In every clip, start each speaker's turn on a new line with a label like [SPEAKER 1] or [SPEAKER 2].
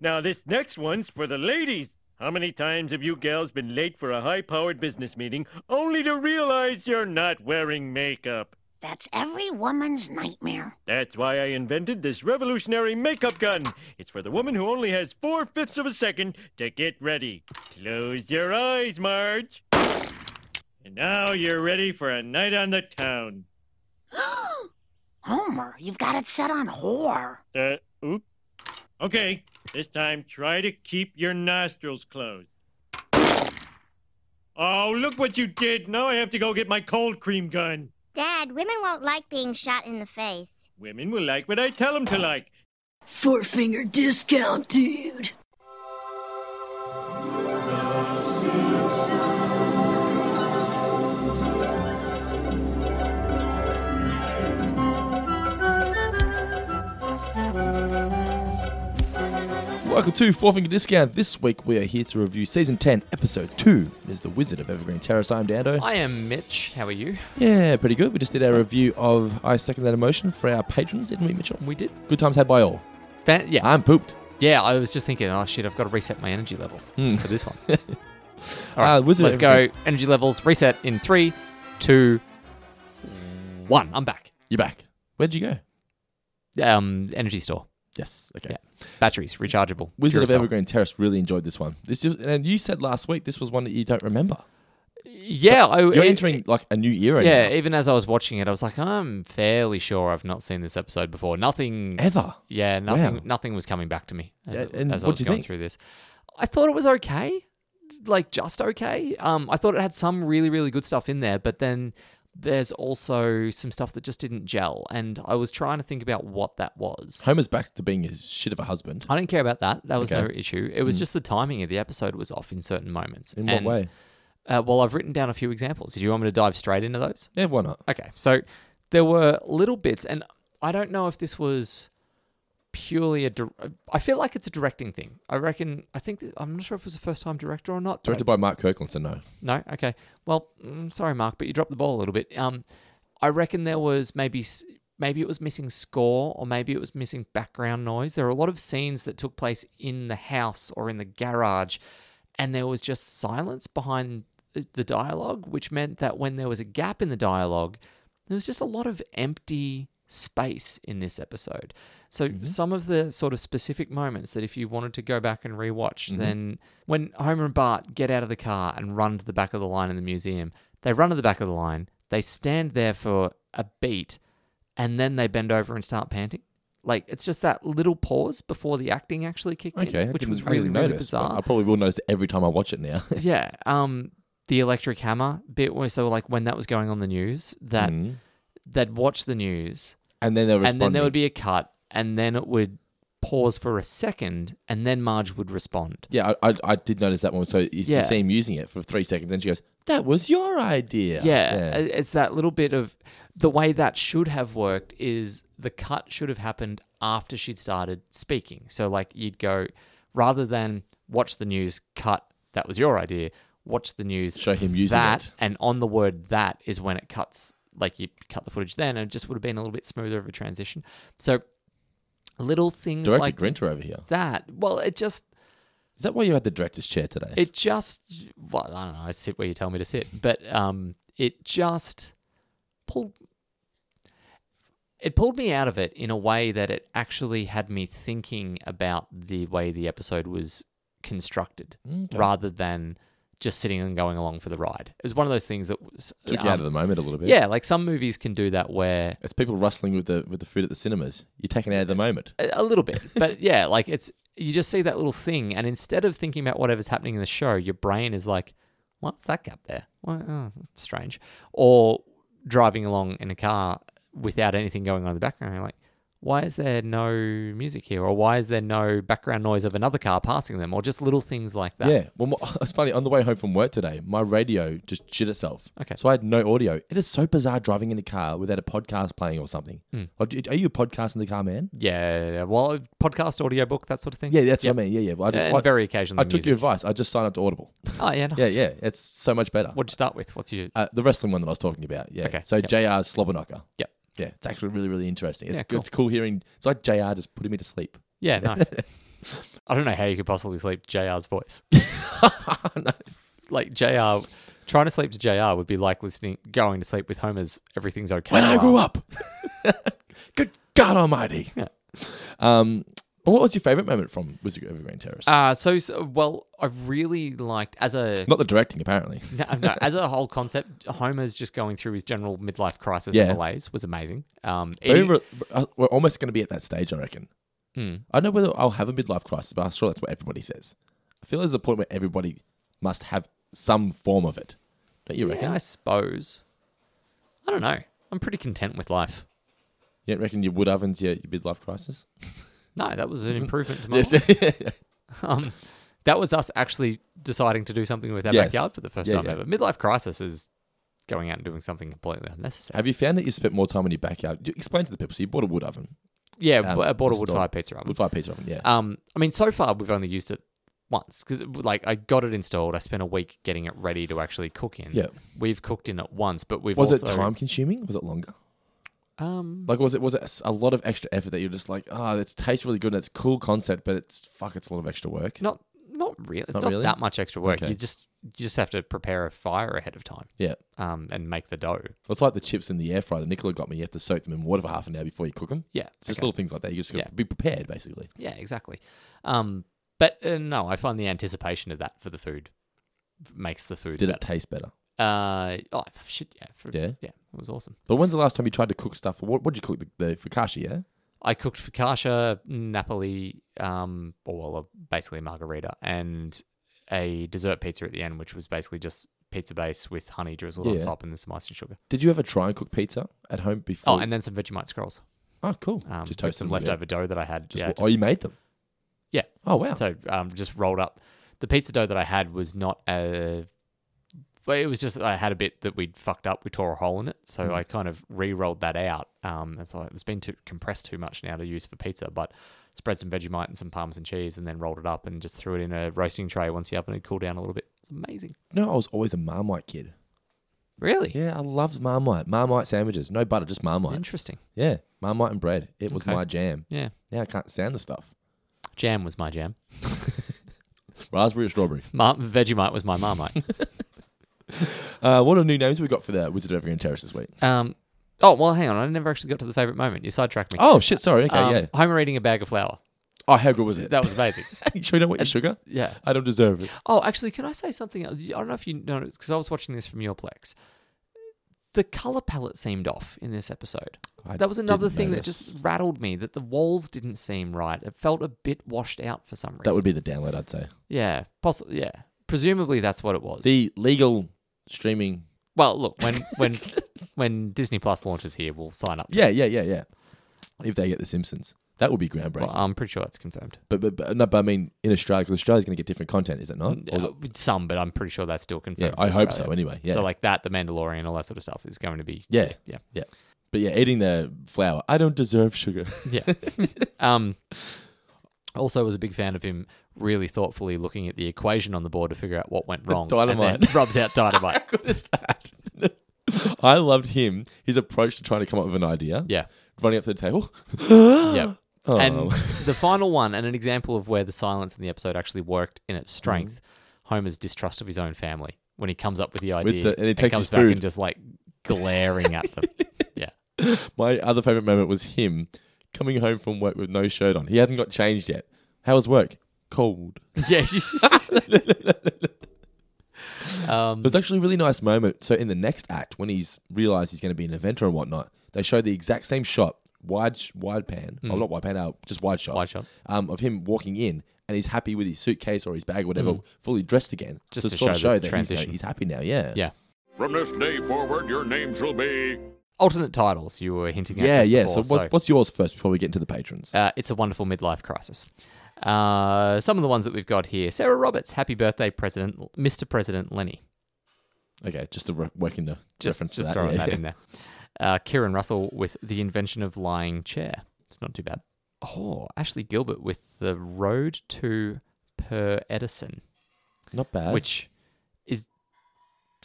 [SPEAKER 1] Now, this next one's for the ladies. How many times have you gals been late for a high powered business meeting only to realize you're not wearing makeup?
[SPEAKER 2] That's every woman's nightmare.
[SPEAKER 1] That's why I invented this revolutionary makeup gun. It's for the woman who only has four fifths of a second to get ready. Close your eyes, Marge. And now you're ready for a night on the town.
[SPEAKER 2] Homer, you've got it set on whore.
[SPEAKER 1] Uh, oop. Okay, this time try to keep your nostrils closed. Oh, look what you did. Now I have to go get my cold cream gun.
[SPEAKER 3] Dad, women won't like being shot in the face.
[SPEAKER 1] Women will like what I tell them to like.
[SPEAKER 4] Four finger discount, dude.
[SPEAKER 5] Welcome to Four Finger Discount. This week we are here to review Season 10, Episode 2. It is The Wizard of Evergreen Terrace. I'm Dando.
[SPEAKER 6] I am Mitch. How are you?
[SPEAKER 5] Yeah, pretty good. We just did our review of I Second That Emotion for our patrons, didn't we, Mitchell?
[SPEAKER 6] We did.
[SPEAKER 5] Good times had by all.
[SPEAKER 6] Fan- yeah,
[SPEAKER 5] I'm pooped.
[SPEAKER 6] yeah. I was just thinking, oh shit, I've got to reset my energy levels
[SPEAKER 5] Hmm.
[SPEAKER 6] for this one. All right,
[SPEAKER 5] Uh, Wizard
[SPEAKER 6] let's
[SPEAKER 5] of
[SPEAKER 6] go. Energy levels reset in three, two, one. I'm back.
[SPEAKER 5] You're back. Where'd you go?
[SPEAKER 6] Um, energy store,
[SPEAKER 5] Yes. Okay.
[SPEAKER 6] Yeah. batteries rechargeable.
[SPEAKER 5] Wizard of
[SPEAKER 6] Curacao.
[SPEAKER 5] Evergreen Terrace really enjoyed this one. This is, and you said last week this was one that you don't remember.
[SPEAKER 6] Yeah, I,
[SPEAKER 5] You're
[SPEAKER 6] it-
[SPEAKER 5] entering like a new era.
[SPEAKER 6] Yeah,
[SPEAKER 5] now.
[SPEAKER 6] even as I was watching it, I was like, I'm fairly sure I've not seen this episode before. Nothing
[SPEAKER 5] Ever.
[SPEAKER 6] Yeah, nothing
[SPEAKER 5] Wow.
[SPEAKER 6] nothing was coming back to me as,
[SPEAKER 5] Yeah,
[SPEAKER 6] it-
[SPEAKER 5] and
[SPEAKER 6] as I
[SPEAKER 5] what
[SPEAKER 6] was
[SPEAKER 5] do you
[SPEAKER 6] going
[SPEAKER 5] think?
[SPEAKER 6] through this. I thought it was okay, like just okay. Um, I thought it had some really really good stuff in there, but then there's also some stuff that just didn't gel, and I was trying to think about what that was.
[SPEAKER 5] Homer's back to being his shit of a husband.
[SPEAKER 6] I didn't care about that. That was
[SPEAKER 5] Okay. Hmm.
[SPEAKER 6] no issue. It was just the timing of the episode was off in certain moments.
[SPEAKER 5] In what
[SPEAKER 6] And,
[SPEAKER 5] way?
[SPEAKER 6] Uh, well, I've written down a few examples. Do you want me to dive straight into those?
[SPEAKER 5] Yeah, why not?
[SPEAKER 6] Okay, so there were little bits, and I don't know if this was purely a. dir- I feel like it's a directing thing. I reckon. I think this, I'm not sure if it was a first time director or not. but
[SPEAKER 5] Directed by Mark Kirkland, so no.
[SPEAKER 6] no. Okay. Well, mm, sorry, Mark, but you dropped the ball a little bit. Um, I reckon there was maybe s- maybe it was missing score or maybe it was missing background noise. There were a lot of scenes that took place in the house or in the garage, and there was just silence behind uh, the- the dialogue, which meant that when there was a gap in the dialogue, there was just a lot of empty space in this episode. So
[SPEAKER 5] Mm-hmm.
[SPEAKER 6] some of the sort of specific moments that if you wanted to go back and rewatch,
[SPEAKER 5] Mm-hmm.
[SPEAKER 6] then when Homer and Bart get out of the car and run to the back of the line in the museum, they run to the back of the line, they stand there for a beat, and then they bend over and start panting. Like it's just that little pause before the acting actually kicked
[SPEAKER 5] Okay. I
[SPEAKER 6] in, which
[SPEAKER 5] didn't-
[SPEAKER 6] was
[SPEAKER 5] I didn't
[SPEAKER 6] really really
[SPEAKER 5] notice, but
[SPEAKER 6] bizarre
[SPEAKER 5] I probably will notice it every time I watch it now.
[SPEAKER 6] yeah. Um, the electric hammer bit was so like when that was going on the news that
[SPEAKER 5] Mhm.
[SPEAKER 6] they'd watch the news
[SPEAKER 5] And then they'll respond.
[SPEAKER 6] and then there would be a cut and then it would pause for a second and then Marge would respond.
[SPEAKER 5] Yeah, I, I, I did notice that one. So you, you
[SPEAKER 6] Yeah.
[SPEAKER 5] see him using it for three seconds, and she goes, "That was your idea."
[SPEAKER 6] Yeah, it- it's that little bit of the way that should have worked is the cut should have happened after she'd started speaking. So like you'd go rather than watch the news cut that was your idea, watch the news
[SPEAKER 5] Show him using
[SPEAKER 6] that
[SPEAKER 5] it.
[SPEAKER 6] and on the word that is when it cuts like you cut the footage then and it just would have been a little bit smoother of a transition. So little things
[SPEAKER 5] Director
[SPEAKER 6] like
[SPEAKER 5] Grinter over here.
[SPEAKER 6] that. Well, it just
[SPEAKER 5] Is that why you had the director's chair today?
[SPEAKER 6] it just well, I don't know. I sit where you tell me to sit, but um, it just pulled it pulled me out of it in a way that it actually had me thinking about the way the episode was constructed, rather than just sitting and going along for the ride. It was one of those things that was
[SPEAKER 5] Took
[SPEAKER 6] um,
[SPEAKER 5] you out of the moment a little bit.
[SPEAKER 6] yeah, like some movies can do that where
[SPEAKER 5] It's people rustling with the with the food at the cinemas. You're taken out of the moment.
[SPEAKER 6] A- a little bit but yeah like it's you just see that little thing and instead of thinking about whatever's happening in the show your brain is like what's that gap there well, oh, strange or driving along in a car without anything going on in the background you're like why is there no music here or why is there no background noise of another car passing them or just little things like that
[SPEAKER 5] Yeah. Well, my- it's funny. On the way home from work today, my radio just shit itself.
[SPEAKER 6] Okay.
[SPEAKER 5] So I had no audio. It is so bizarre driving in a car without a podcast playing or something.
[SPEAKER 6] Hmm.
[SPEAKER 5] Or do- Are you a podcast in the car, man?
[SPEAKER 6] yeah well podcast audiobook that sort of thing
[SPEAKER 5] Yeah, that's
[SPEAKER 6] Yep.
[SPEAKER 5] what I mean. Yeah, yeah. Well, I just,
[SPEAKER 6] and
[SPEAKER 5] I,
[SPEAKER 6] very
[SPEAKER 5] I
[SPEAKER 6] occasionally
[SPEAKER 5] took
[SPEAKER 6] music.
[SPEAKER 5] your advice. I just signed up to Audible.
[SPEAKER 6] oh yeah nice.
[SPEAKER 5] yeah, yeah. It's so much better.
[SPEAKER 6] what'd you start with what's your
[SPEAKER 5] Uh, the wrestling one that I was talking about. Yeah.
[SPEAKER 6] Okay,
[SPEAKER 5] So
[SPEAKER 6] yep.
[SPEAKER 5] Jr. Slobberknocker.
[SPEAKER 6] Yep.
[SPEAKER 5] Yeah, it's actually really, really interesting. It's
[SPEAKER 6] Yeah,
[SPEAKER 5] good. It's cool hearing. It's like Jr. just putting me to sleep.
[SPEAKER 6] yeah nice I don't know how you could possibly sleep JR's voice.
[SPEAKER 5] No.
[SPEAKER 6] Like JR, trying to sleep to JR would be like listening, going to sleep with Homer's "Everything's Okay."
[SPEAKER 5] When I grew
[SPEAKER 6] alarm.
[SPEAKER 5] up. Good God Almighty. Um, but what was your favorite moment from Wizard of Evergreen Terrace?
[SPEAKER 6] Uh, so, so well, I really liked as a
[SPEAKER 5] Not the directing, apparently.
[SPEAKER 6] no, no, as a whole concept, Homer's just going through his general midlife crisis
[SPEAKER 5] Yeah.
[SPEAKER 6] and delays was amazing. Um,
[SPEAKER 5] Maybe
[SPEAKER 6] eating-
[SPEAKER 5] We're, uh, we're almost going to be at that stage, I reckon.
[SPEAKER 6] Hmm.
[SPEAKER 5] I don't know whether I'll have a midlife crisis, but I'm sure that's what everybody says. I feel there's a point where everybody must have some form of it. Don't you reckon?
[SPEAKER 6] yeah, I suppose. I don't know. I'm pretty content with life.
[SPEAKER 5] You don't reckon your wood oven's your, your midlife crisis?
[SPEAKER 6] No, that was an improvement to my
[SPEAKER 5] Yes.
[SPEAKER 6] life. Um, that was us actually deciding to do something with our
[SPEAKER 5] Yes.
[SPEAKER 6] backyard for the first
[SPEAKER 5] Yeah,
[SPEAKER 6] time
[SPEAKER 5] yeah.
[SPEAKER 6] ever. Midlife crisis is going out and doing something completely unnecessary.
[SPEAKER 5] have you found that you spent more time in your backyard? You- Explain to the people. So you bought a wood oven,
[SPEAKER 6] yeah,
[SPEAKER 5] um,
[SPEAKER 6] b- I bought a
[SPEAKER 5] the
[SPEAKER 6] wood
[SPEAKER 5] store-
[SPEAKER 6] fired pizza oven.
[SPEAKER 5] wood fired pizza oven, yeah.
[SPEAKER 6] Um, I mean, so far we've only used it once because like I got it installed. I spent a week getting it ready to actually cook in.
[SPEAKER 5] Yeah.
[SPEAKER 6] we've cooked in it once, but we've
[SPEAKER 5] was
[SPEAKER 6] also,
[SPEAKER 5] it time consuming? Was it longer?
[SPEAKER 6] Um,
[SPEAKER 5] Like was it was it a s- a lot of extra effort that you're just like, oh, it tastes really good and it's a cool concept, but it's fuck, it's a lot of extra work.
[SPEAKER 6] not not really. It's
[SPEAKER 5] Not
[SPEAKER 6] not,
[SPEAKER 5] really?
[SPEAKER 6] that much extra work.
[SPEAKER 5] Okay.
[SPEAKER 6] You just you just have to prepare a fire ahead of time.
[SPEAKER 5] Yeah.
[SPEAKER 6] Um, and make the dough.
[SPEAKER 5] Well, It's like the chips in the air fryer that Nicola got me. You have to soak them in water for half an hour before you cook them.
[SPEAKER 6] Yeah,
[SPEAKER 5] It's just
[SPEAKER 6] okay.
[SPEAKER 5] little things like that. You just got to
[SPEAKER 6] Yeah.
[SPEAKER 5] be prepared, basically.
[SPEAKER 6] Yeah, exactly. Um, but uh, no, I find the anticipation of that for the food makes the food.
[SPEAKER 5] Did it
[SPEAKER 6] better.
[SPEAKER 5] taste better?
[SPEAKER 6] Uh, oh shit! Yeah, for,
[SPEAKER 5] Yeah?
[SPEAKER 6] yeah, it was awesome.
[SPEAKER 5] But when's the last time you tried to cook stuff? What what did you cook? The, the focaccia, yeah?
[SPEAKER 6] I cooked focaccia, Napoli, um, or well, uh, basically a margarita, and a dessert pizza at the end, which was basically just pizza base with honey drizzled
[SPEAKER 5] Yeah.
[SPEAKER 6] on top and then some icing sugar.
[SPEAKER 5] Did you ever try and cook pizza at home before?
[SPEAKER 6] Oh, and then some Vegemite scrolls.
[SPEAKER 5] oh cool.
[SPEAKER 6] Um, just
[SPEAKER 5] toast
[SPEAKER 6] some
[SPEAKER 5] them, yeah.
[SPEAKER 6] leftover dough that I had.
[SPEAKER 5] Just,
[SPEAKER 6] yeah,
[SPEAKER 5] oh,
[SPEAKER 6] just-
[SPEAKER 5] you made them?
[SPEAKER 6] Yeah.
[SPEAKER 5] Oh, wow.
[SPEAKER 6] So um, just rolled up. The pizza dough that I had was not a. Well, it was just that I had a bit that we'd fucked up. We tore a hole in it, so
[SPEAKER 5] Mm-hmm.
[SPEAKER 6] I kind of re-rolled that out. Um, and so it's been too compressed too much now to use for pizza, but spread some Vegemite and some parmesan cheese, and then rolled it up and just threw it in a roasting tray once the oven had cooled down a little bit. It's amazing.
[SPEAKER 5] no, I was always a Marmite kid.
[SPEAKER 6] Really
[SPEAKER 5] Yeah, I loved Marmite. Marmite sandwiches. No butter, just Marmite.
[SPEAKER 6] interesting.
[SPEAKER 5] Yeah, Marmite and bread. It was
[SPEAKER 6] Okay.
[SPEAKER 5] my jam.
[SPEAKER 6] Yeah,
[SPEAKER 5] Now I can't stand the stuff.
[SPEAKER 6] jam was my jam.
[SPEAKER 5] Raspberry or strawberry.
[SPEAKER 6] Mar- Vegemite was my marmite.
[SPEAKER 5] Uh, what are new names we got for the Wizard of Evergreen Terrace this week?
[SPEAKER 6] um, oh well, hang on. I never actually got to the favorite moment. You sidetracked me.
[SPEAKER 5] Oh, shit, sorry. Okay,
[SPEAKER 6] Um,
[SPEAKER 5] yeah.
[SPEAKER 6] Homer eating a bag of flour.
[SPEAKER 5] Oh, how good was it?
[SPEAKER 6] That was amazing.
[SPEAKER 5] sure you don't want your sugar?
[SPEAKER 6] yeah.
[SPEAKER 5] I don't deserve it.
[SPEAKER 6] Oh, actually, can I say something? else? I don't know if you noticed because I was watching this from your Plex. The color palette seemed off in this episode.
[SPEAKER 5] I
[SPEAKER 6] that was another
[SPEAKER 5] didn't
[SPEAKER 6] thing
[SPEAKER 5] notice.
[SPEAKER 6] that just rattled me that the walls didn't seem right. It felt a bit washed out for some reason.
[SPEAKER 5] That would be the download, I'd say.
[SPEAKER 6] yeah, possibly yeah. Presumably that's what it was.
[SPEAKER 5] The legal streaming.
[SPEAKER 6] well, look when when when Disney Plus launches here, we'll sign up.
[SPEAKER 5] Yeah, yeah, yeah, yeah. If they get The Simpsons, that would be groundbreaking.
[SPEAKER 6] Well, I'm pretty sure that's confirmed.
[SPEAKER 5] but, but, but, no, but I mean, in Australia, because Australia's going to get different content, is it not? Or is
[SPEAKER 6] Uh,
[SPEAKER 5] it-
[SPEAKER 6] Some, but I'm pretty sure that's still
[SPEAKER 5] yeah,
[SPEAKER 6] confirmed. for
[SPEAKER 5] I hope
[SPEAKER 6] Australia.
[SPEAKER 5] so, anyway. Yeah.
[SPEAKER 6] So like that, the Mandalorian, all that sort of stuff is going to be
[SPEAKER 5] Yeah.
[SPEAKER 6] yeah.
[SPEAKER 5] but yeah, eating the flour. I don't deserve sugar.
[SPEAKER 6] Yeah. um, also, was a big fan of him really thoughtfully looking at the equation on the board to figure out what went wrong. And then
[SPEAKER 5] dynamite.
[SPEAKER 6] rubs out dynamite.
[SPEAKER 5] good is that? I loved him, his approach to trying to come up with an idea.
[SPEAKER 6] yeah.
[SPEAKER 5] Running up to the table.
[SPEAKER 6] Yeah.
[SPEAKER 5] Oh.
[SPEAKER 6] And the final one, and an example of where the silence in the episode actually worked in its strength Homer's distrust of his own family when he comes up with the
[SPEAKER 5] Mm.
[SPEAKER 6] idea
[SPEAKER 5] the- and he takes
[SPEAKER 6] comes
[SPEAKER 5] his
[SPEAKER 6] back
[SPEAKER 5] food.
[SPEAKER 6] and just like glaring at them. yeah.
[SPEAKER 5] My other favorite moment was him coming home from work with no shirt on. He hadn't got changed yet. How was work? Cold. It
[SPEAKER 6] Yeah. um,
[SPEAKER 5] was actually a really nice moment. So in the next act, when he's realized he's going to be an inventor and whatnot, they show the exact same shot, wide sh- wide pan, oh not wide pan, uh, just wide shot,
[SPEAKER 6] Wide shot.
[SPEAKER 5] um, of him walking in, and he's happy with his suitcase or his bag, or whatever, fully dressed again,
[SPEAKER 6] Just to
[SPEAKER 5] sort of
[SPEAKER 6] show the
[SPEAKER 5] that he's-
[SPEAKER 6] transition.
[SPEAKER 5] He's, happy now, yeah,
[SPEAKER 6] yeah.
[SPEAKER 7] From this day forward, your name shall be.
[SPEAKER 6] Alternate titles you were hinting at.
[SPEAKER 5] yeah,
[SPEAKER 6] just
[SPEAKER 5] yeah.
[SPEAKER 6] before,
[SPEAKER 5] so what, what's yours first before we get into the patrons?
[SPEAKER 6] Uh, it's a wonderful midlife crisis. Uh, some of the ones that we've got here: Sarah Roberts, happy birthday, President, Mr. President Lenny.
[SPEAKER 5] okay, just to re- work in the
[SPEAKER 6] Just,
[SPEAKER 5] reference
[SPEAKER 6] just
[SPEAKER 5] to that.
[SPEAKER 6] throwing
[SPEAKER 5] yeah.
[SPEAKER 6] that in there. Uh, Kieran Russell with the invention of lying chair. It's not too bad. Oh, Ashley Gilbert with the road to Per Edison,
[SPEAKER 5] Not bad.
[SPEAKER 6] which is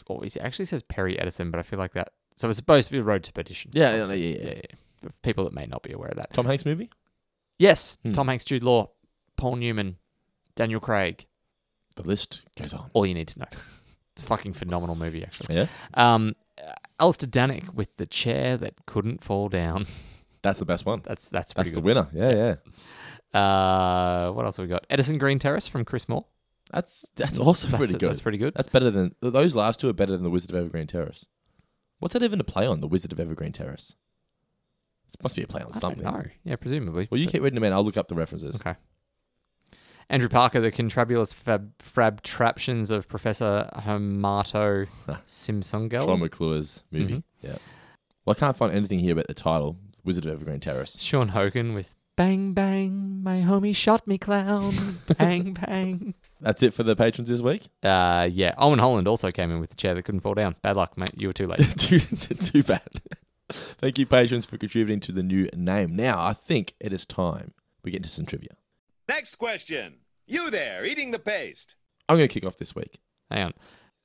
[SPEAKER 6] oh, it actually says Perry Edison, but I feel like that. So it's supposed to be road to perdition.
[SPEAKER 5] Yeah, yeah,
[SPEAKER 6] obviously.
[SPEAKER 5] yeah, yeah.
[SPEAKER 6] For People that may not be aware of that.
[SPEAKER 5] Tom Hanks movie?
[SPEAKER 6] Yes,
[SPEAKER 5] Hmm.
[SPEAKER 6] Tom Hanks, Jude Law, Paul Newman, Daniel Craig.
[SPEAKER 5] The list goes on.
[SPEAKER 6] All you need to know. It's a fucking phenomenal movie, actually.
[SPEAKER 5] Yeah,
[SPEAKER 6] Um, uh, Alistair Danick with the chair that couldn't fall down.
[SPEAKER 5] that's the best one.
[SPEAKER 6] That's
[SPEAKER 5] That's
[SPEAKER 6] that's pretty
[SPEAKER 5] the winner. Yeah, yeah.
[SPEAKER 6] good. Uh, what else have we got? Edison Green Terrace from Chris Moore.
[SPEAKER 5] That's that's also
[SPEAKER 6] That's-
[SPEAKER 5] pretty good.
[SPEAKER 6] That's pretty good.
[SPEAKER 5] That's better than th- those last two are better than the Wizard of Evergreen Terrace. What's that even a play on? The Wizard of Evergreen Terrace. It must be a play on
[SPEAKER 6] I don't
[SPEAKER 5] something.
[SPEAKER 6] know. Yeah, presumably.
[SPEAKER 5] Well, you
[SPEAKER 6] but-
[SPEAKER 5] keep reading them out. I'll look up the references.
[SPEAKER 6] Okay. Andrew Parker, the contrabulous fab, frabtraptions of Professor Homato
[SPEAKER 5] Sean
[SPEAKER 6] Simsongel.
[SPEAKER 5] McClure's
[SPEAKER 6] Mm-hmm.
[SPEAKER 5] movie. Yeah. Well, I can't find anything here about the title, Wizard of Evergreen Terrace.
[SPEAKER 6] Sean Hogan with Bang Bang, my homie shot me clown. bang Bang.
[SPEAKER 5] That's it for the patrons this week.
[SPEAKER 6] Uh, yeah, Owen Holland also came in with the chair that couldn't fall down. Bad luck, mate. You were too late.
[SPEAKER 5] too, too bad. Thank you, patrons, for contributing to the new name. Now, I think it is time we get into some trivia.
[SPEAKER 8] Next question. You there, eating the paste.
[SPEAKER 5] I'm going to kick off this week.
[SPEAKER 6] Hang on.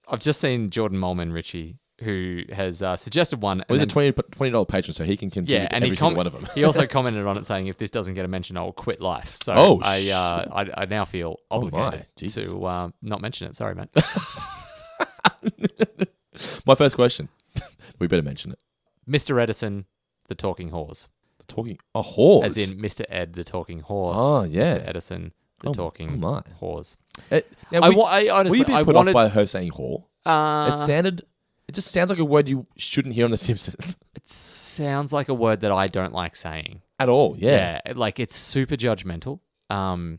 [SPEAKER 6] I've just seen Jordan Molman Ritchie, who has uh, suggested one.
[SPEAKER 5] Well,
[SPEAKER 6] and
[SPEAKER 5] he's a
[SPEAKER 6] then-
[SPEAKER 5] 20 $20 patron, so he can contribute
[SPEAKER 6] yeah,
[SPEAKER 5] to
[SPEAKER 6] and
[SPEAKER 5] every
[SPEAKER 6] he,
[SPEAKER 5] single
[SPEAKER 6] com-
[SPEAKER 5] one of them.
[SPEAKER 6] he also commented on it saying, if this doesn't get a mention, I'll quit life. So
[SPEAKER 5] Oh,
[SPEAKER 6] I, uh, I I now feel obligated
[SPEAKER 5] Jesus.
[SPEAKER 6] to uh, not mention it. Sorry, mate.
[SPEAKER 5] My first question. we better mention it.
[SPEAKER 6] Mr. Edison, the talking horse.
[SPEAKER 5] The talking a horse.
[SPEAKER 6] As in Mr. Ed, the talking horse.
[SPEAKER 5] Oh, yeah.
[SPEAKER 6] Mr. Edison, the
[SPEAKER 5] Oh,
[SPEAKER 6] talking
[SPEAKER 5] oh my.
[SPEAKER 6] horse.
[SPEAKER 5] It- Uh, now,
[SPEAKER 6] I
[SPEAKER 5] we-
[SPEAKER 6] wa- I honestly-
[SPEAKER 5] were you being
[SPEAKER 6] I
[SPEAKER 5] put
[SPEAKER 6] wanted-
[SPEAKER 5] off by her saying "whore"?
[SPEAKER 6] Uh,
[SPEAKER 5] it sounded. It just sounds like a word you shouldn't hear on The Simpsons
[SPEAKER 6] it sounds like a word that I don't like saying.
[SPEAKER 5] at all. Yeah.
[SPEAKER 6] it- like it's super judgmental. Um,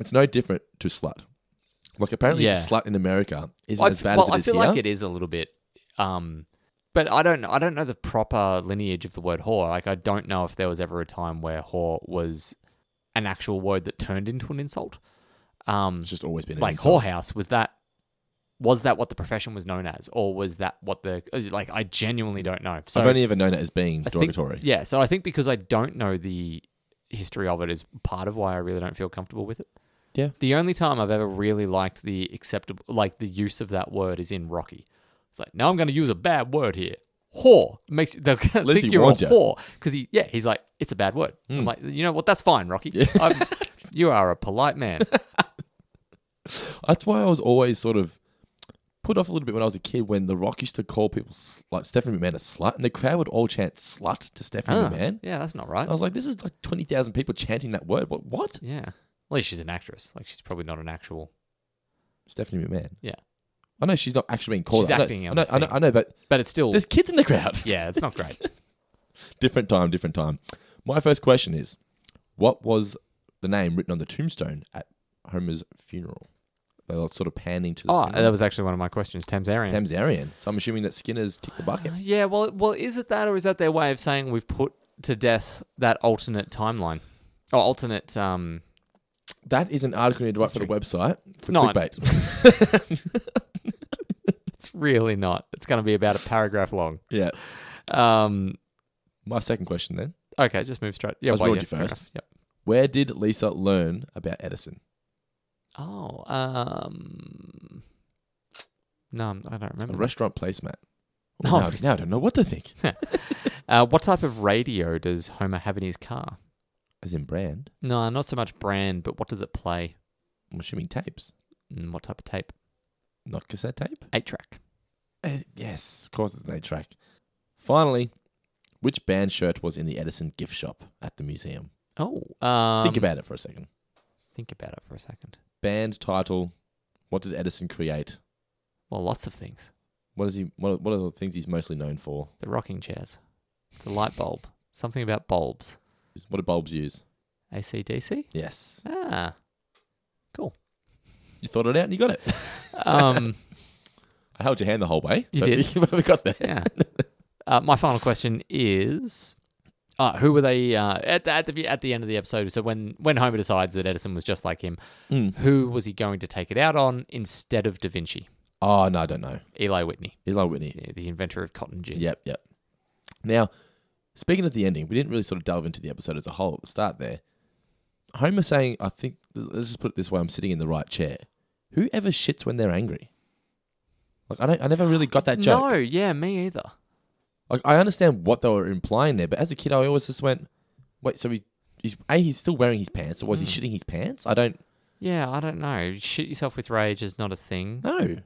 [SPEAKER 5] it's no different to slut. Like apparently,
[SPEAKER 6] Yeah.
[SPEAKER 5] slut in America isn't
[SPEAKER 6] I
[SPEAKER 5] as
[SPEAKER 6] f-
[SPEAKER 5] bad
[SPEAKER 6] well,
[SPEAKER 5] as it
[SPEAKER 6] I
[SPEAKER 5] is
[SPEAKER 6] feel
[SPEAKER 5] here.
[SPEAKER 6] like it is a little bit. Um, but I don't. I don't know the proper lineage of the word whore. Like I don't know if there was ever a time where whore was an actual word that turned into an insult. Um,
[SPEAKER 5] It's just always been an
[SPEAKER 6] like
[SPEAKER 5] insult.
[SPEAKER 6] whorehouse was that. Was that what the profession was known as, or was that what the like? I genuinely don't know. So
[SPEAKER 5] I've only ever known it as being
[SPEAKER 6] I think-
[SPEAKER 5] derogatory.
[SPEAKER 6] yeah, so I think because I don't know the history of it is part of why I really don't feel comfortable with it.
[SPEAKER 5] Yeah.
[SPEAKER 6] The only time I've ever really liked the acceptable, like the use of that word, is in Rocky. It's like now I'm going to use a bad word here. Whore makes they'll
[SPEAKER 5] least
[SPEAKER 6] think
[SPEAKER 5] he
[SPEAKER 6] you're a
[SPEAKER 5] warned you.
[SPEAKER 6] whore because he yeah he's like it's a bad word.
[SPEAKER 5] Hmm.
[SPEAKER 6] I'm like you know what that's fine, Rocky. I'm, you are a polite man.
[SPEAKER 5] That's why I was always sort of put off a little bit when I was a kid when The Rock used to call people sl- like Stephanie McMahon a slut, and the crowd would all chant "slut" to Stephanie
[SPEAKER 6] Ah,
[SPEAKER 5] McMahon.
[SPEAKER 6] yeah, that's not right.
[SPEAKER 5] I was like, this is like twenty thousand people chanting that word. What? What?
[SPEAKER 6] yeah, at least she's an actress. Like she's probably not an actual.
[SPEAKER 5] Stephanie McMahon.
[SPEAKER 6] Yeah.
[SPEAKER 5] I know she's not actually being called.
[SPEAKER 6] She's
[SPEAKER 5] out. I know,
[SPEAKER 6] acting
[SPEAKER 5] I
[SPEAKER 6] on
[SPEAKER 5] know,
[SPEAKER 6] the
[SPEAKER 5] I know,
[SPEAKER 6] thing.
[SPEAKER 5] I know, but
[SPEAKER 6] But it's still
[SPEAKER 5] there's kids in the crowd.
[SPEAKER 6] yeah, it's not great.
[SPEAKER 5] different time, different time. My first question is, what was the name written on the tombstone at Homer's funeral? They were sort of panning to the
[SPEAKER 6] oh,
[SPEAKER 5] funeral.
[SPEAKER 6] that was actually one of my questions. Tamsarian.
[SPEAKER 5] Tamsarian. So I'm assuming that Skinner's kicked the bucket.
[SPEAKER 6] Yeah, well, well, is it that, or is that their way of saying we've put to death that alternate timeline, or alternate? Um,
[SPEAKER 5] That is an article you need to write for the website. It's
[SPEAKER 6] not.
[SPEAKER 5] Clickbait.
[SPEAKER 6] it's really not. It's going to be about a paragraph long.
[SPEAKER 5] yeah.
[SPEAKER 6] Um,
[SPEAKER 5] My second question then.
[SPEAKER 6] okay, just move straight. Yeah,
[SPEAKER 5] That's
[SPEAKER 6] well,
[SPEAKER 5] Roger
[SPEAKER 6] yeah, fair
[SPEAKER 5] first.
[SPEAKER 6] enough. Yep.
[SPEAKER 5] Where did Lisa learn about Edison?
[SPEAKER 6] Oh, um, no, I'm- I don't
[SPEAKER 5] A
[SPEAKER 6] remember.
[SPEAKER 5] restaurant placemat. Oh,
[SPEAKER 6] Oh,
[SPEAKER 5] now, now I don't know what to think.
[SPEAKER 6] uh, what type of radio does Homer have in his car?
[SPEAKER 5] As in brand.
[SPEAKER 6] No, not so much brand, but what does it play?
[SPEAKER 5] I'm assuming tapes,
[SPEAKER 6] And what type of tape?
[SPEAKER 5] not cassette tape.
[SPEAKER 6] Eight track.
[SPEAKER 5] Uh, yes, of course, it's no track. Finally, which band shirt was in the Edison gift shop at the museum?
[SPEAKER 6] Oh, um,
[SPEAKER 5] Think about it for a second.
[SPEAKER 6] think about it for a second.
[SPEAKER 5] Band title. What did Edison create?
[SPEAKER 6] Well, lots of things.
[SPEAKER 5] What is he? What, what are the things he's mostly known for?
[SPEAKER 6] the rocking chairs, the light bulb, something about bulbs.
[SPEAKER 5] What do bulbs use?
[SPEAKER 6] ACDC?
[SPEAKER 5] Yes,
[SPEAKER 6] Ah, cool.
[SPEAKER 5] you thought it out and you got it.
[SPEAKER 6] Um,
[SPEAKER 5] I held your hand the whole way.
[SPEAKER 6] You
[SPEAKER 5] but
[SPEAKER 6] did.
[SPEAKER 5] We, but we got there.
[SPEAKER 6] yeah. Uh, my final question is. Uh, who were they uh, at the, at the at the end of the episode? So when, when Homer decides that Edison was just like him,
[SPEAKER 5] Hmm.
[SPEAKER 6] who was he going to take it out on instead of Da Vinci?
[SPEAKER 5] Oh no, I don't know.
[SPEAKER 6] Eli Whitney,
[SPEAKER 5] Eli Whitney.
[SPEAKER 6] the- the inventor of cotton gin.
[SPEAKER 5] Yep, yep. Now, speaking of the ending, we didn't really sort of delve into the episode as a whole at the start there. Homer saying, I think, let's just put it this way I'm sitting in the right chair. Who ever shits when they're angry? Like, I, don't, I never really got that joke.
[SPEAKER 6] No, yeah, me either.
[SPEAKER 5] Like, I understand what they were implying there, but as a kid, I always just went, wait, so he he's a he's still wearing his pants, or was
[SPEAKER 6] Mm.
[SPEAKER 5] he shitting his pants? I don't
[SPEAKER 6] Yeah, I don't know. Shit yourself with rage is not a thing.
[SPEAKER 5] know.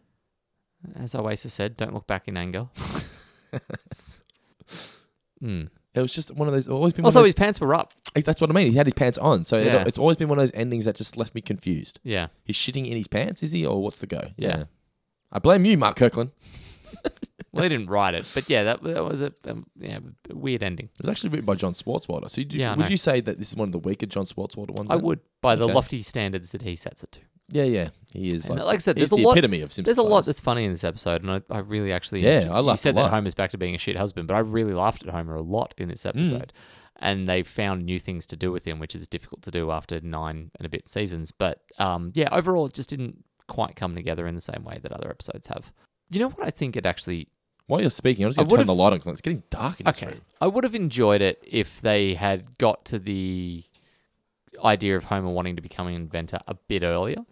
[SPEAKER 6] As Oasis said, don't look back in anger. Hmm.
[SPEAKER 5] It was just one of those. Always been one of
[SPEAKER 6] Also,
[SPEAKER 5] those-
[SPEAKER 6] his pants were up.
[SPEAKER 5] Ex- That's what I mean. He had his pants on, so it-
[SPEAKER 6] Oh, Yeah.
[SPEAKER 5] it's always been one of those endings that just left me confused.
[SPEAKER 6] Yeah.
[SPEAKER 5] He's shitting in his pants, is he, or what's the go?
[SPEAKER 6] Yeah.
[SPEAKER 5] I blame you, Mark Kirkland.
[SPEAKER 6] Well, they didn't write it, but yeah, that, that was a, um, yeah, a weird ending.
[SPEAKER 5] It was actually written by John Swartzwelder. So you do,
[SPEAKER 6] Yeah, I
[SPEAKER 5] would
[SPEAKER 6] know.
[SPEAKER 5] you say that this is one of the weaker John Swartzwelder ones?
[SPEAKER 6] I
[SPEAKER 5] then?
[SPEAKER 6] would, by the
[SPEAKER 5] Okay.
[SPEAKER 6] lofty standards that he sets it to.
[SPEAKER 5] Yeah, yeah. He is
[SPEAKER 6] And
[SPEAKER 5] like,
[SPEAKER 6] like I said,
[SPEAKER 5] he's
[SPEAKER 6] there's a
[SPEAKER 5] the
[SPEAKER 6] lot.
[SPEAKER 5] epitome of Simpsons.
[SPEAKER 6] There's a lot
[SPEAKER 5] Files.
[SPEAKER 6] that's funny in this episode, and I, I really actually
[SPEAKER 5] Yeah,
[SPEAKER 6] enjoyed-
[SPEAKER 5] I
[SPEAKER 6] You
[SPEAKER 5] laughed
[SPEAKER 6] said
[SPEAKER 5] a
[SPEAKER 6] that
[SPEAKER 5] lot. Hmm.
[SPEAKER 6] Homer's back to being a shit husband, but I really laughed at Homer a lot in this episode, and they found new things to do with him, which is difficult to do after nine and a bit seasons. But um, yeah, overall, it just didn't quite come together in the same way that other episodes have. You know what I think it actually
[SPEAKER 5] While you're speaking, I'm just
[SPEAKER 6] I
[SPEAKER 5] going to turn
[SPEAKER 6] would've-
[SPEAKER 5] the light on because it's getting dark in this
[SPEAKER 6] Okay.
[SPEAKER 5] room.
[SPEAKER 6] I would have enjoyed it if they had got to the idea of Homer wanting to become an inventor a bit earlier.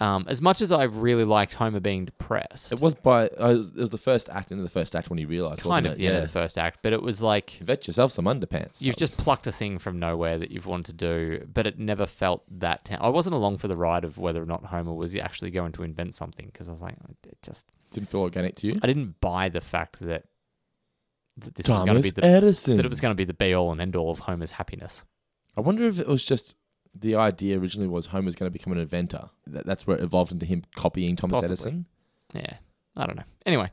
[SPEAKER 6] Um, as much as I really liked Homer being depressed,
[SPEAKER 5] It was by uh, it was- it was the first act, end of the first act when he realized.
[SPEAKER 6] kind of
[SPEAKER 5] it?
[SPEAKER 6] the end of the first act, but it was like
[SPEAKER 5] Invent yourself some underpants.
[SPEAKER 6] you've
[SPEAKER 5] That was-
[SPEAKER 6] just plucked a thing from nowhere that you've wanted to do, but it never felt that. ta- I wasn't along for the ride of whether or not Homer was actually going to invent something because I was like, it just
[SPEAKER 5] didn't feel organic to you.
[SPEAKER 6] I didn't buy the fact that, that this was going to be the
[SPEAKER 5] Edison.
[SPEAKER 6] that it was going to be the be all and end all of Homer's happiness.
[SPEAKER 5] I wonder if it was just the idea originally was Homer's going to become an inventor. That, that's where it evolved into him copying Thomas
[SPEAKER 6] Possibly.
[SPEAKER 5] Edison.
[SPEAKER 6] yeah, I don't know. Anyway,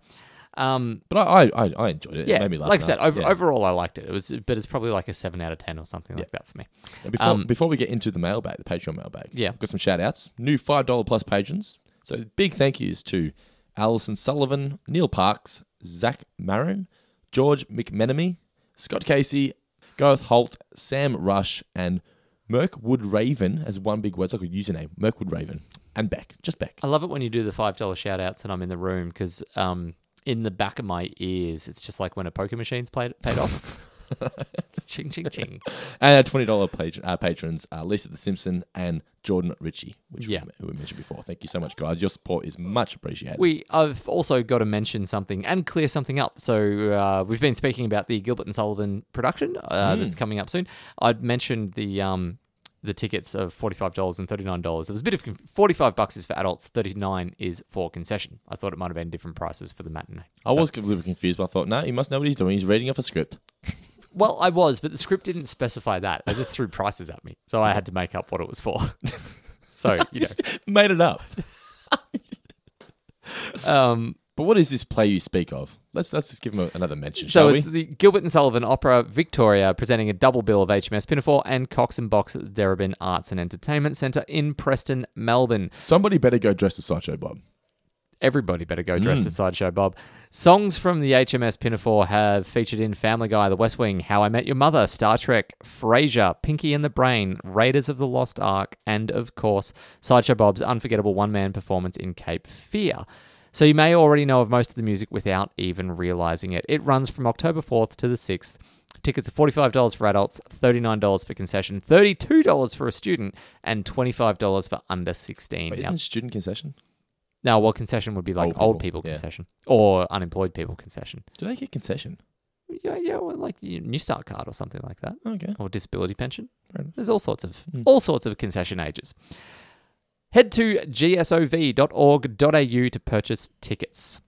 [SPEAKER 6] um,
[SPEAKER 5] But I, I, I- I enjoyed it.
[SPEAKER 6] yeah,
[SPEAKER 5] it made me laugh.
[SPEAKER 6] like I said,
[SPEAKER 5] enough.
[SPEAKER 6] ov-
[SPEAKER 5] Yeah.
[SPEAKER 6] overall I liked it. It was, but it's probably like a seven out of ten or something like that for me.
[SPEAKER 5] And before,
[SPEAKER 6] um,
[SPEAKER 5] before we get into the mailbag, the Patreon mailbag,
[SPEAKER 6] Yeah.
[SPEAKER 5] got some shout outs. New $5 plus patrons. So big thank yous to Alison Sullivan, Neil Parks, Zach Marin, George McMenemy, Scott Casey, Gareth Holt, Sam Rush, and Merkwood Raven as one big word. It's like a username, Merkwood Raven. And Beck, just Beck.
[SPEAKER 6] I love it when you do the five dollar shout outs and I'm in the room because um, in the back of my ears, it's just like when a poker machine's played paid off. ching ching ching.
[SPEAKER 5] And our twenty dollar patron, our patrons are Lisa the Simpson and Jordan Ritchie, which
[SPEAKER 6] Yeah.
[SPEAKER 5] we, who we mentioned before. Thank you so much, guys. Your support is much appreciated.
[SPEAKER 6] We I've also got to mention something and clear something up. So uh, we've been speaking about the Gilbert and Sullivan production uh, that's coming up soon. I'd mentioned the um, the tickets of forty five dollars and thirty nine dollars. There was a bit of conf- forty five bucks is for adults, thirty nine is for concession. I thought it might have been different prices for the matinee. Uh,
[SPEAKER 5] I was a little bit confused, but I thought, no, he must know what he's doing. He's reading off a script.
[SPEAKER 6] Well, I was, but the script didn't specify that. They just threw prices at me, so I had to make up what it was for. so you
[SPEAKER 5] Made it up.
[SPEAKER 6] know, um,
[SPEAKER 5] But what is this play you speak of? Let's let's just give him a, another mention,
[SPEAKER 6] So
[SPEAKER 5] shall
[SPEAKER 6] it's
[SPEAKER 5] we?
[SPEAKER 6] the Gilbert and Sullivan Opera Victoria presenting a double bill of HMS Pinafore and Cox and Box at the Derribin Arts and Entertainment Centre in Preston, Melbourne.
[SPEAKER 5] Somebody better go dress as Sideshow Bob.
[SPEAKER 6] Everybody better go dressed as Sideshow Bob. Songs from the HMS Pinafore have featured in Family Guy, The West Wing, How I Met Your Mother, Star Trek, Frasier, Pinky and the Brain, Raiders of the Lost Ark, and of course, Sideshow Bob's unforgettable one man performance in Cape Fear. So you may already know of most of the music without even realizing it. It runs from October 4th to the 6th. Tickets are $45 for adults, $39 for concession, $32 for a student, and $25 for under
[SPEAKER 5] Wait,
[SPEAKER 6] 16. Now,
[SPEAKER 5] isn't it student concession?
[SPEAKER 6] no, well, concession would be like
[SPEAKER 5] Old
[SPEAKER 6] old people,
[SPEAKER 5] people, yeah.
[SPEAKER 6] concession or unemployed people concession.
[SPEAKER 5] Do they get concession?
[SPEAKER 6] Yeah, yeah, well, like your New Start card or something like that,
[SPEAKER 5] Okay.
[SPEAKER 6] or disability pension.
[SPEAKER 5] Fair enough. Hmm.
[SPEAKER 6] There's all sorts of all sorts of concession ages. Head to gsov.org.au to purchase tickets.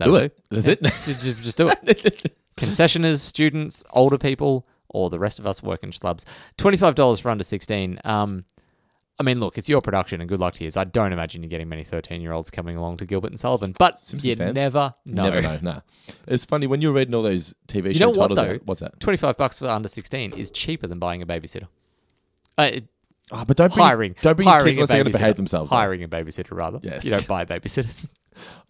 [SPEAKER 6] That'll
[SPEAKER 5] Do it. That's
[SPEAKER 6] Yeah,
[SPEAKER 5] it.
[SPEAKER 6] ju- ju- just, do it. Concessioners, students, older people, or the rest of us working schlubs. Twenty-five dollars for under sixteen. Um, I mean, look, it's your production, and good luck to you. I don't imagine you're getting many thirteen-year-olds coming along to Gilbert and Sullivan, but
[SPEAKER 5] Simpsons
[SPEAKER 6] you
[SPEAKER 5] fans?
[SPEAKER 6] never know.
[SPEAKER 5] Never know. Nah. It's funny when you're reading all those TV shows.
[SPEAKER 6] You know what though?
[SPEAKER 5] What's that?
[SPEAKER 6] Twenty-five bucks for under sixteen is cheaper than buying a babysitter. Uh, it-
[SPEAKER 5] Ah, but don't bring,
[SPEAKER 6] hiring,
[SPEAKER 5] Don't bring
[SPEAKER 6] hiring
[SPEAKER 5] your kids unless they're
[SPEAKER 6] a
[SPEAKER 5] going to
[SPEAKER 6] babysitter.
[SPEAKER 5] behave themselves. though.
[SPEAKER 6] Hiring a babysitter, rather.
[SPEAKER 5] Yes.
[SPEAKER 6] You don't buy babysitters.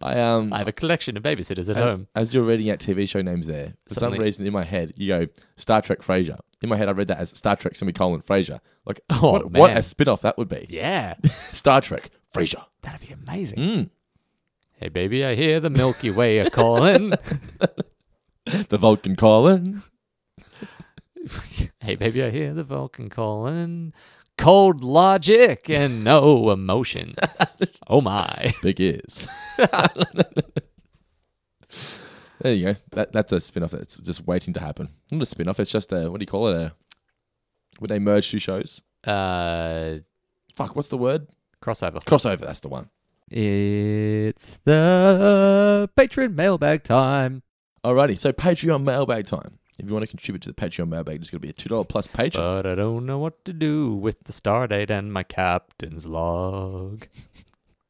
[SPEAKER 5] I um.
[SPEAKER 6] I have a collection of babysitters at
[SPEAKER 5] A-
[SPEAKER 6] home.
[SPEAKER 5] As you're reading out TV show names there, for some
[SPEAKER 6] Suddenly-
[SPEAKER 5] reason in my head, you go Star Trek Frasier. In my head, I read that as Star Trek semicolon Frasier. Like,
[SPEAKER 6] Oh,
[SPEAKER 5] what, what
[SPEAKER 6] man.
[SPEAKER 5] a spin off that would be.
[SPEAKER 6] Yeah,
[SPEAKER 5] Star Trek Frasier.
[SPEAKER 6] that'd be amazing.
[SPEAKER 5] Mm.
[SPEAKER 6] Hey, baby, I hear the Milky Way a calling.
[SPEAKER 5] The Vulcan calling.
[SPEAKER 6] hey, baby, I hear the Vulcan calling. Cold logic and no emotions. oh my!
[SPEAKER 5] Big ears. there you go. That, that's a spin off that's just waiting to happen. Not a spin off, it's just a, what do you call it? A Would they merge two shows?
[SPEAKER 6] Uh,
[SPEAKER 5] Fuck, what's the word?
[SPEAKER 6] crossover.
[SPEAKER 5] Crossover, that's the one.
[SPEAKER 6] It's the patron mailbag time.
[SPEAKER 5] Alrighty, so Patreon mailbag time. If you want to contribute to the Patreon mailbag, it's going to be a $2 plus patron.
[SPEAKER 6] But I don't know what to do with the star date and my captain's log.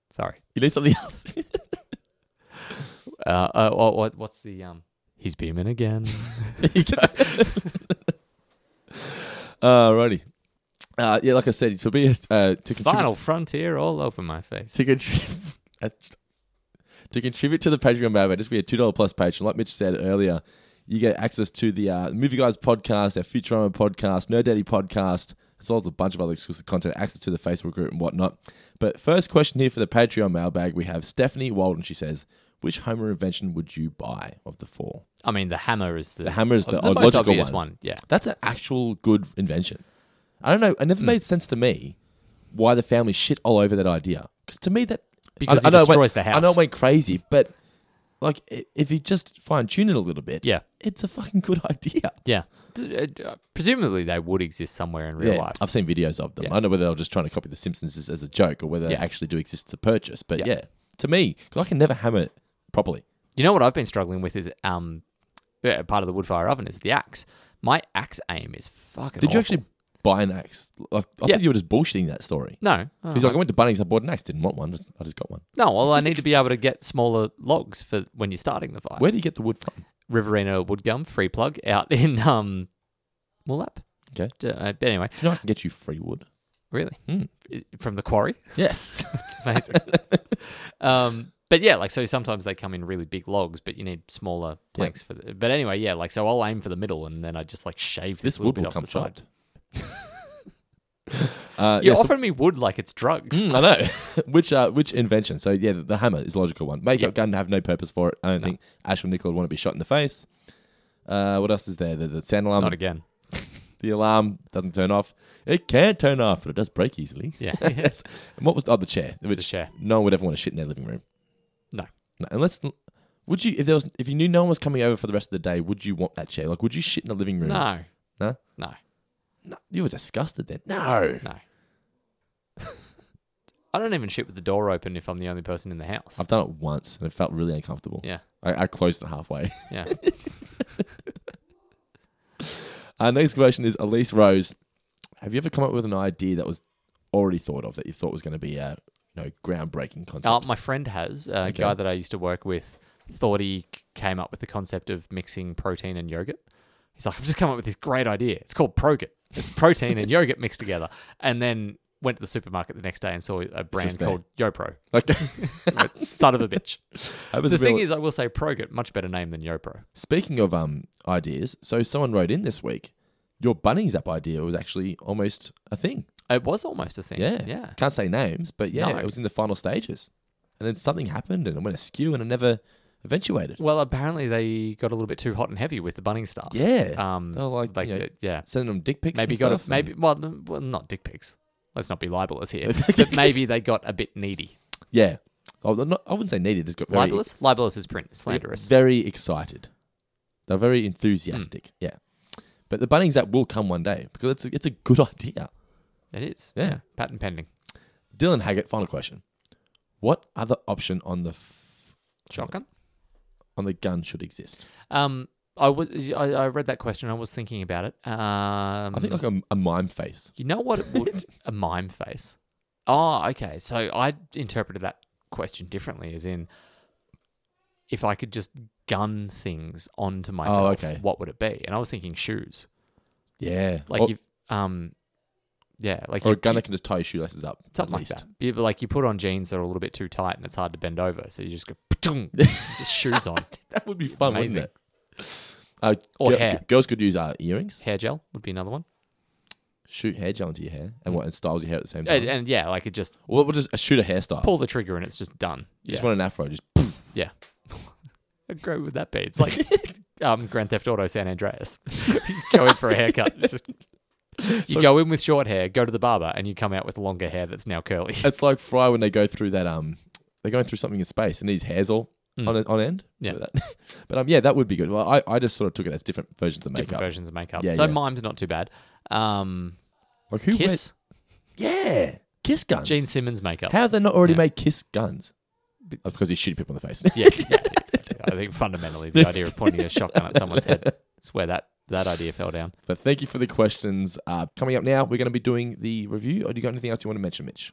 [SPEAKER 6] Sorry.
[SPEAKER 5] you need something else?
[SPEAKER 6] Uh, uh what, what what's the um? He's beaming again.
[SPEAKER 5] there you go. Alrighty. Uh, yeah, like I said, to be a, uh, to contribute
[SPEAKER 6] Final frontier all over my face.
[SPEAKER 5] to contribute to contribute to the Patreon mailbag, just be a two dollar plus patron. Like Mitch said earlier, you get access to the uh, Movie Guys podcast, our Futurama podcast, No Daddy podcast, as well as a bunch of other exclusive content, access to the Facebook group and whatnot. But first question here for the Patreon mailbag, we have Stephanie Walden. She says, "Which Homer invention would you buy of the four?
[SPEAKER 6] I mean, the hammer is the uh,
[SPEAKER 5] The hammer is the,
[SPEAKER 6] the most
[SPEAKER 5] logical
[SPEAKER 6] obvious one. Yeah,
[SPEAKER 5] That's an actual good invention. I don't know. It
[SPEAKER 6] Hmm.
[SPEAKER 5] never made sense to me why the family shit all over that idea. Because to me, that
[SPEAKER 6] Because
[SPEAKER 5] I,
[SPEAKER 6] it
[SPEAKER 5] I know
[SPEAKER 6] destroys
[SPEAKER 5] it
[SPEAKER 6] the
[SPEAKER 5] went,
[SPEAKER 6] house.
[SPEAKER 5] I know it went crazy, but like i- if you just fine tune it a little bit,
[SPEAKER 6] Yeah.
[SPEAKER 5] it's a fucking good idea.
[SPEAKER 6] yeah. D- uh, Presumably, they would exist somewhere in real
[SPEAKER 5] Yeah,
[SPEAKER 6] life.
[SPEAKER 5] I've seen videos of them.
[SPEAKER 6] Yeah.
[SPEAKER 5] I don't know whether they're just trying to copy The Simpsons as, as a joke or whether they
[SPEAKER 6] Yeah.
[SPEAKER 5] actually do exist to purchase. But
[SPEAKER 6] Yeah.
[SPEAKER 5] yeah, to me, because I can never hammer it properly.
[SPEAKER 6] You know what I've been struggling with is um, yeah, part of the wood fire oven is the axe. My axe aim is fucking.
[SPEAKER 5] Did you
[SPEAKER 6] awful.
[SPEAKER 5] actually buy an axe? Like, I
[SPEAKER 6] Yeah.
[SPEAKER 5] thought you were just bullshitting that story.
[SPEAKER 6] No. Oh,
[SPEAKER 5] He's like, I went to Bunnings, I bought an axe, didn't want one, just, I just got one.
[SPEAKER 6] no. Well, I need to be able to get smaller logs for when you're starting the fire.
[SPEAKER 5] Where do you get the wood from?
[SPEAKER 6] Riverina Woodgum free plug out in um, Moolap.
[SPEAKER 5] Okay.
[SPEAKER 6] D- uh, But anyway,
[SPEAKER 5] You know, I can get you free wood.
[SPEAKER 6] really
[SPEAKER 5] Hmm.
[SPEAKER 6] I- from the quarry.
[SPEAKER 5] Yes.
[SPEAKER 6] It's amazing. um, but yeah, like so sometimes they come in really big logs, but you need smaller planks for. The, but anyway, yeah, like so I'll aim for the middle and then I just like shave this,
[SPEAKER 5] this
[SPEAKER 6] little
[SPEAKER 5] wood
[SPEAKER 6] bit
[SPEAKER 5] will
[SPEAKER 6] off
[SPEAKER 5] come
[SPEAKER 6] the side.
[SPEAKER 5] chopped. uh, yeah,
[SPEAKER 6] You're
[SPEAKER 5] so-
[SPEAKER 6] offering me wood like it's drugs.
[SPEAKER 5] Mm, I know. which uh, which invention? So yeah, the hammer is a logical one. Makeup
[SPEAKER 6] Yep.
[SPEAKER 5] gun have no purpose for it. I don't think Ash or Nicola would want to be shot in the face. Uh, what else is there? The, the sound alarm.
[SPEAKER 6] Not again.
[SPEAKER 5] The alarm doesn't turn off. It can turn off, but it does break easily.
[SPEAKER 6] Yeah.
[SPEAKER 5] yes. And what was oh the chair? Which
[SPEAKER 6] chair.
[SPEAKER 5] No one would ever want to shit in their living room.
[SPEAKER 6] No.
[SPEAKER 5] No, unless would you if there was if you knew no one was coming over for the rest of the day, would you want that chair? Like would you shit in the living room?
[SPEAKER 6] No.
[SPEAKER 5] No?
[SPEAKER 6] No.
[SPEAKER 5] No, you were disgusted then. No.
[SPEAKER 6] No. I don't even shit with the door open if I'm the only person in the house.
[SPEAKER 5] I've done it once and it felt really uncomfortable.
[SPEAKER 6] yeah.
[SPEAKER 5] I, I closed it halfway.
[SPEAKER 6] Yeah.
[SPEAKER 5] Our next question is Elise Rose. Have you ever come up with an idea that was already thought of that you thought was going to be a you know groundbreaking concept?
[SPEAKER 6] Uh, my friend has a
[SPEAKER 5] Okay.
[SPEAKER 6] guy that I used to work with. Thought he c- came up with the concept of mixing protein and yogurt. He's like, I've just come up with this great idea. It's called Progurt. It's protein and yogurt mixed together. And then went to the supermarket the next day and saw a brand
[SPEAKER 5] just there.
[SPEAKER 6] called YoPro.
[SPEAKER 5] like
[SPEAKER 6] But Son of a bitch.
[SPEAKER 5] I was
[SPEAKER 6] The thing
[SPEAKER 5] real-
[SPEAKER 6] is, I will say Progurt, much better name than YoPro.
[SPEAKER 5] speaking of um ideas, so someone wrote in this week. Your bunnies up idea was actually almost a thing.
[SPEAKER 6] It was almost a thing.
[SPEAKER 5] Yeah,
[SPEAKER 6] Yeah.
[SPEAKER 5] Can't say names, but yeah,
[SPEAKER 6] No.
[SPEAKER 5] it was in the final stages, and then something happened and it went askew and it never eventuated.
[SPEAKER 6] Well, apparently they got a little bit too hot and heavy with the bunning stuff.
[SPEAKER 5] Yeah.
[SPEAKER 6] Um,
[SPEAKER 5] They're like,
[SPEAKER 6] like
[SPEAKER 5] you know,
[SPEAKER 6] uh, yeah.
[SPEAKER 5] Sending them dick pics.
[SPEAKER 6] Maybe
[SPEAKER 5] and
[SPEAKER 6] got a,
[SPEAKER 5] stuff and-
[SPEAKER 6] maybe well, n- well not dick pics. Let's not be libelous here. but maybe they got a bit needy.
[SPEAKER 5] Yeah, oh, they're not, I wouldn't say needed. It's got very
[SPEAKER 6] Libelous? Libelous is print slanderous.
[SPEAKER 5] Very excited. They're very enthusiastic.
[SPEAKER 6] Hmm.
[SPEAKER 5] Yeah. But the Bunnings app will come one day because it's a, it's a good idea.
[SPEAKER 6] It is.
[SPEAKER 5] Yeah.
[SPEAKER 6] Patent pending.
[SPEAKER 5] Dylan Haggett, final question. What other option on the f-
[SPEAKER 6] Shotgun.
[SPEAKER 5] on the gun should exist?
[SPEAKER 6] Um, I was I, I read that question. I was thinking about it. Um,
[SPEAKER 5] I think like a, a mime face.
[SPEAKER 6] you know what? It would, a mime face. Oh, okay. So I interpreted that question differently, as in, if I could just gun things onto myself,
[SPEAKER 5] Oh, okay.
[SPEAKER 6] what would it be? And I was thinking shoes.
[SPEAKER 5] Yeah.
[SPEAKER 6] like
[SPEAKER 5] or,
[SPEAKER 6] you um yeah like
[SPEAKER 5] or
[SPEAKER 6] you,
[SPEAKER 5] a gun that can just tie your shoelaces up. at
[SPEAKER 6] something like
[SPEAKER 5] least.
[SPEAKER 6] that yeah, but like you put on jeans that are a little bit too tight and it's hard to bend over so you just go "Ptung," just shoes on
[SPEAKER 5] That would be fun,
[SPEAKER 6] Amazing.
[SPEAKER 5] wouldn't it? Uh,
[SPEAKER 6] Or
[SPEAKER 5] gi-
[SPEAKER 6] hair.
[SPEAKER 5] gi- girls could use uh, earrings.
[SPEAKER 6] hair gel would be another one
[SPEAKER 5] Shoot hair gel into your hair and what and styles your hair at the same time.
[SPEAKER 6] and, and Hmm. yeah like it just
[SPEAKER 5] or we'll just uh, shoot a hairstyle.
[SPEAKER 6] pull the trigger and it's just done
[SPEAKER 5] You
[SPEAKER 6] yeah
[SPEAKER 5] just want an afro. Just
[SPEAKER 6] yeah how great would that be it's like um grand theft auto san andreas you go in for a haircut it's just you go in with short hair go to the barber and you come out with longer hair that's now curly
[SPEAKER 5] It's like Fry when they go through that um they're going through something in space and his hair's all on, on end.
[SPEAKER 6] Mm. Yeah.
[SPEAKER 5] But, that- but, um, yeah, that would be good. Well, I, I just sort of took it as different versions of makeup.
[SPEAKER 6] Different versions of makeup.
[SPEAKER 5] Yeah,
[SPEAKER 6] so
[SPEAKER 5] yeah.
[SPEAKER 6] mime's not too bad. Um,
[SPEAKER 5] Like who
[SPEAKER 6] Kiss,
[SPEAKER 5] Wears, yeah, kiss guns.
[SPEAKER 6] Gene Simmons makeup.
[SPEAKER 5] How have they not already
[SPEAKER 6] Yeah.
[SPEAKER 5] made kiss guns? Oh, because he's shooting people in the face.
[SPEAKER 6] yeah, yeah, yeah, exactly. I think fundamentally the idea of pointing a shotgun at someone's head is where that, that idea fell down.
[SPEAKER 5] But thank you for the questions. Uh, coming up now, we're going to be doing the review. Or do you got anything else you want to mention, Mitch?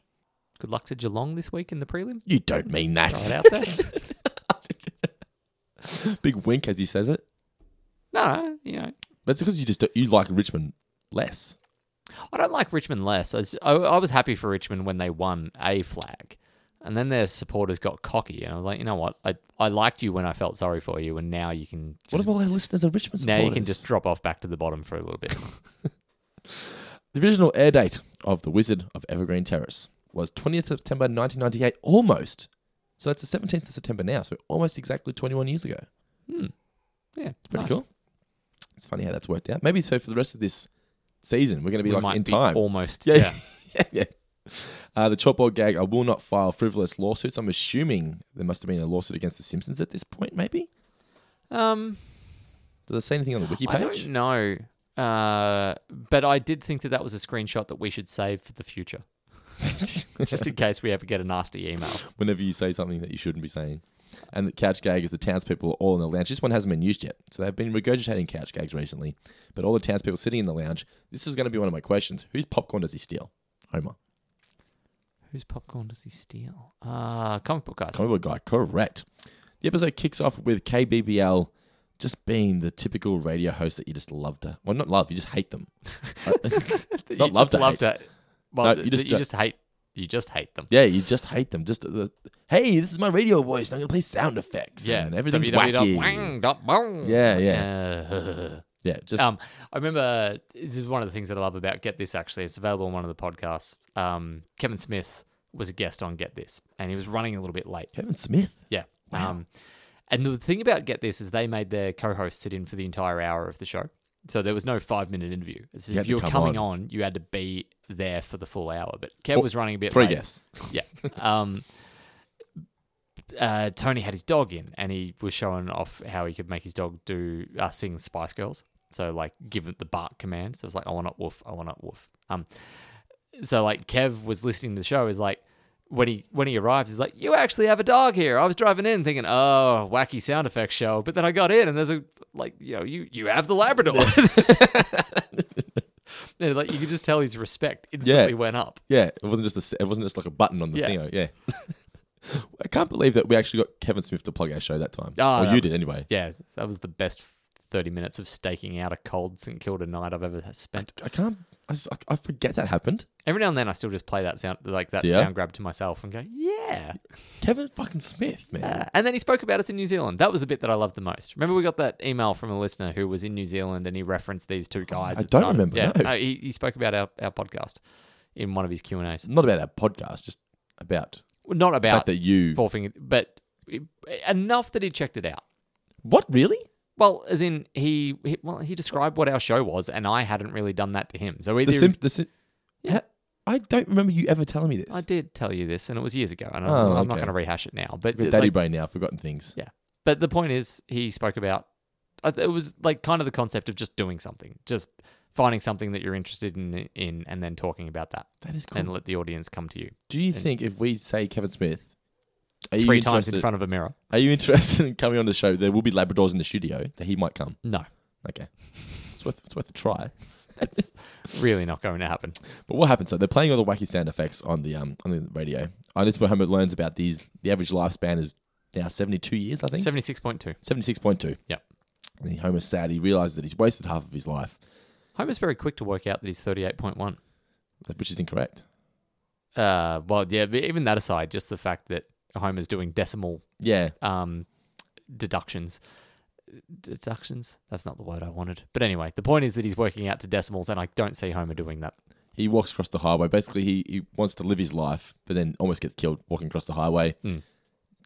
[SPEAKER 6] Good luck to Geelong this week in the prelim.
[SPEAKER 5] You don't mean that.
[SPEAKER 6] Throw it out there.
[SPEAKER 5] Big wink as he says it.
[SPEAKER 6] no, you know,
[SPEAKER 5] But it's because you just don't, you like Richmond less.
[SPEAKER 6] I don't like Richmond less. I was, I, I was happy for Richmond when they won a flag, and then their supporters got cocky, and I was like, you know what? I, I liked you when I felt sorry for you, and now you can
[SPEAKER 5] What
[SPEAKER 6] just,
[SPEAKER 5] if all our listeners are Richmond
[SPEAKER 6] now
[SPEAKER 5] supporters?
[SPEAKER 6] you can just drop off back to the bottom for a little bit.
[SPEAKER 5] The original air date of The Wizard of Evergreen Terrace was 20th September 1998, almost. So that's the 17th of September now, so almost exactly 21 years ago.
[SPEAKER 6] yeah,
[SPEAKER 5] Pretty
[SPEAKER 6] nice.
[SPEAKER 5] cool. It's funny how that's worked out. Maybe so for the rest of this season, we're going to be
[SPEAKER 6] We
[SPEAKER 5] like
[SPEAKER 6] might
[SPEAKER 5] in
[SPEAKER 6] be
[SPEAKER 5] time.
[SPEAKER 6] almost.
[SPEAKER 5] Yeah,
[SPEAKER 6] Yeah,
[SPEAKER 5] yeah, yeah. Uh, the chalkboard gag. I will not file frivolous lawsuits. I'm assuming there must have been a lawsuit against the Simpsons at this point. Maybe
[SPEAKER 6] Um,
[SPEAKER 5] does it say anything on the wiki page?
[SPEAKER 6] I don't know, uh, but I did think that that was a screenshot that we should save for the future, just in case we ever get a nasty email.
[SPEAKER 5] Whenever you say something that you shouldn't be saying, and the couch gag is the townspeople are all in the lounge. This one hasn't been used yet, so they've been regurgitating couch gags recently. But all the townspeople sitting in the lounge. This is going to be one of my questions. Whose popcorn does he steal? Homer,
[SPEAKER 6] Whose popcorn does he steal? Ah, comic book guys.
[SPEAKER 5] comic book guy. Correct. The episode kicks off with KBBL just being the typical radio host that you just love to, well, not love, you just hate them.
[SPEAKER 6] that
[SPEAKER 5] Not
[SPEAKER 6] you
[SPEAKER 5] love
[SPEAKER 6] just
[SPEAKER 5] to
[SPEAKER 6] love
[SPEAKER 5] hate.
[SPEAKER 6] to.
[SPEAKER 5] No,
[SPEAKER 6] Well,
[SPEAKER 5] you just
[SPEAKER 6] you just, you
[SPEAKER 5] don't-
[SPEAKER 6] just hate you just hate them.
[SPEAKER 5] Yeah, you just hate them. Just uh, hey, this is my radio voice. and I'm gonna play sound effects. and everything's wacky.
[SPEAKER 6] www.wang.bong.
[SPEAKER 5] Yeah, Yeah, just
[SPEAKER 6] um, I remember this is one of the things that I love about Get This. Actually, it's available on one of the podcasts. Um, Kevin Smith was a guest on Get This, and he was running a little bit late.
[SPEAKER 5] Kevin Smith.
[SPEAKER 6] Yeah. Um, and the thing about Get This is they made their co-host sit in for the entire hour of the show. So there was no five minute interview. It's
[SPEAKER 5] You had
[SPEAKER 6] if
[SPEAKER 5] to
[SPEAKER 6] you were
[SPEAKER 5] come
[SPEAKER 6] coming
[SPEAKER 5] on.
[SPEAKER 6] on. you had to be there for the full hour. But Kev
[SPEAKER 5] Four-
[SPEAKER 6] was running a bit
[SPEAKER 5] Three
[SPEAKER 6] late.
[SPEAKER 5] guests.
[SPEAKER 6] Yeah. Um, uh, Tony had his dog in, and he was showing off how he could make his dog do uh, sing Spice Girls. So like, give it the bark command. So it was like, I want to woof, I want to woof. Um, so like, Kev was listening to the show. Is like, when he when he arrives, he's like, you actually have a dog here. I was driving in thinking, oh, wacky sound effects show, but then I got in, and there's a like, you know, you you have the Labrador. And, like you could just tell his respect instantly went up.
[SPEAKER 5] Yeah, it wasn't just a, s- it wasn't just like a button on the
[SPEAKER 6] Yeah.
[SPEAKER 5] thing. oh, Yeah. I can't believe that we actually got Kevin Smith to plug our show that time.
[SPEAKER 6] Oh,
[SPEAKER 5] or
[SPEAKER 6] that
[SPEAKER 5] you
[SPEAKER 6] was-
[SPEAKER 5] did anyway.
[SPEAKER 6] Yeah, that was the best 30 minutes of staking out a cold St Kilda night I've ever spent.
[SPEAKER 5] I can't. I, just, I, I forget that happened.
[SPEAKER 6] Every now and then I still just play that sound like that
[SPEAKER 5] Yeah.
[SPEAKER 6] sound grab to myself and go, "Yeah."
[SPEAKER 5] Kevin fucking Smith, man.
[SPEAKER 6] Uh, and then he spoke about us in New Zealand. That was the bit that I loved the most. Remember we got that email from a listener who was in New Zealand and he referenced these two guys.
[SPEAKER 5] Oh, I
[SPEAKER 6] that
[SPEAKER 5] don't
[SPEAKER 6] started-
[SPEAKER 5] remember,
[SPEAKER 6] Yeah, uh,
[SPEAKER 5] no.
[SPEAKER 6] he, he spoke about our, our podcast in one of his Q&As.
[SPEAKER 5] Not about our podcast, just about
[SPEAKER 6] Well, not
[SPEAKER 5] the
[SPEAKER 6] about
[SPEAKER 5] fact that you.
[SPEAKER 6] Four Finger, but it- enough that he checked it out.
[SPEAKER 5] what really?
[SPEAKER 6] Well, as in he, he well he described what our show was and I hadn't really done that to him. So either
[SPEAKER 5] The
[SPEAKER 6] he was-
[SPEAKER 5] Sim, the Sim,
[SPEAKER 6] Yeah.
[SPEAKER 5] Ha- I don't remember you ever telling me this.
[SPEAKER 6] I did tell you this, and it was years ago, and I'm,
[SPEAKER 5] Oh,
[SPEAKER 6] I'm not
[SPEAKER 5] okay.
[SPEAKER 6] going to rehash it now. But
[SPEAKER 5] I've got
[SPEAKER 6] it,
[SPEAKER 5] daddy
[SPEAKER 6] like-
[SPEAKER 5] brain now, I've forgotten things.
[SPEAKER 6] yeah, but the point is, he spoke about I th- it was like kind of the concept of just doing something, just finding something that you're interested in, in and then talking about that,
[SPEAKER 5] That is
[SPEAKER 6] and let the audience come to you
[SPEAKER 5] Do you think if we say Kevin Smith, are you
[SPEAKER 6] three times in
[SPEAKER 5] interested-
[SPEAKER 6] front of a mirror.
[SPEAKER 5] Are you interested in coming on the show? There will be Labradors in the studio that he might come.
[SPEAKER 6] No,
[SPEAKER 5] Okay, it's worth it's worth a try.
[SPEAKER 6] that's really not going to happen.
[SPEAKER 5] But what happens? So they're playing all the wacky sound effects on the um on the radio. And this is where Homer learns about these. The average lifespan is now seventy two years, I think.
[SPEAKER 6] Seventy six point two.
[SPEAKER 5] Seventy six point two.
[SPEAKER 6] Yep.
[SPEAKER 5] And Homer's sad. He realizes that he's wasted half of his life,
[SPEAKER 6] Homer's very quick to work out that he's thirty eight point one.
[SPEAKER 5] which is incorrect.
[SPEAKER 6] Uh, well, yeah. But even that aside, just the fact that Homer's doing decimal
[SPEAKER 5] Yeah.
[SPEAKER 6] um, deductions. Deductions? That's not the word I wanted. But anyway, the point is that he's working out to decimals, and I don't see Homer doing that.
[SPEAKER 5] he walks across the highway. Basically, he, he wants to live his life, but then almost gets killed walking across the highway.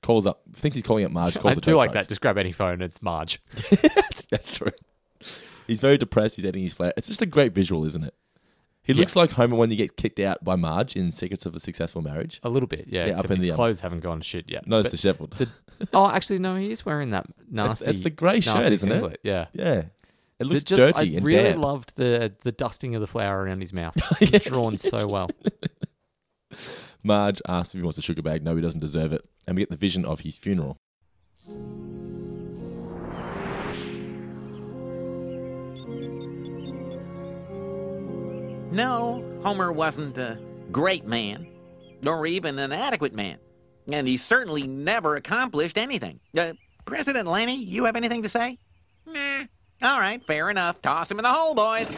[SPEAKER 5] Calls up, thinks he's calling up Marge. Calls
[SPEAKER 6] Hmm. I
[SPEAKER 5] a
[SPEAKER 6] do
[SPEAKER 5] tow
[SPEAKER 6] like
[SPEAKER 5] truck.
[SPEAKER 6] that. Just grab any phone, it's Marge.
[SPEAKER 5] That's true. He's very depressed. He's eating his flat. It's just a great visual, isn't it? He looks like Homer when he gets kicked out by Marge in Secrets of a Successful Marriage.
[SPEAKER 6] A little bit, yeah.
[SPEAKER 5] Yeah, up
[SPEAKER 6] except
[SPEAKER 5] in
[SPEAKER 6] his
[SPEAKER 5] the, um,
[SPEAKER 6] clothes haven't gone to shit yet.
[SPEAKER 5] No, it's
[SPEAKER 6] But
[SPEAKER 5] disheveled.
[SPEAKER 6] the- oh, actually, no, he is wearing that nasty.
[SPEAKER 5] that's the grey shirt,
[SPEAKER 6] nasty
[SPEAKER 5] isn't it?
[SPEAKER 6] singlet, Yeah.
[SPEAKER 5] yeah. It looks
[SPEAKER 6] It just,
[SPEAKER 5] dirty
[SPEAKER 6] I
[SPEAKER 5] and
[SPEAKER 6] really
[SPEAKER 5] damp.
[SPEAKER 6] loved the the dusting of the flour around his mouth. It's drawn so well.
[SPEAKER 5] Marge asks if he wants a sugar bag. No, he doesn't deserve it. And we get the vision of his funeral.
[SPEAKER 9] No, Homer wasn't a great man, or even an adequate man. And he certainly never accomplished anything. Uh, President Lenny, you have anything to say? Nah. All right, fair enough. Toss him in the hole, boys.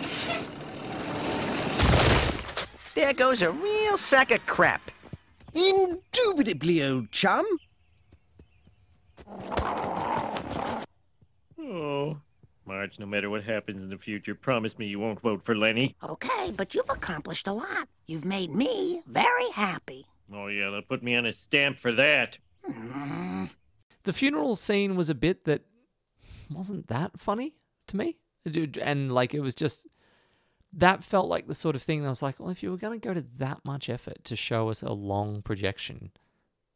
[SPEAKER 9] There goes a real sack of crap.
[SPEAKER 10] Indubitably, old chum.
[SPEAKER 1] Oh. Marge, no matter what happens in the future, promise me you won't vote for Lenny.
[SPEAKER 2] Okay, but you've accomplished a lot. You've made me very happy.
[SPEAKER 1] Oh, yeah, they'll put me on a stamp for that.
[SPEAKER 6] The funeral scene was a bit that wasn't that funny to me, Dude, and like it was just that felt like the sort of thing that I was like, well, if you were going to go to that much effort to show us a long projection,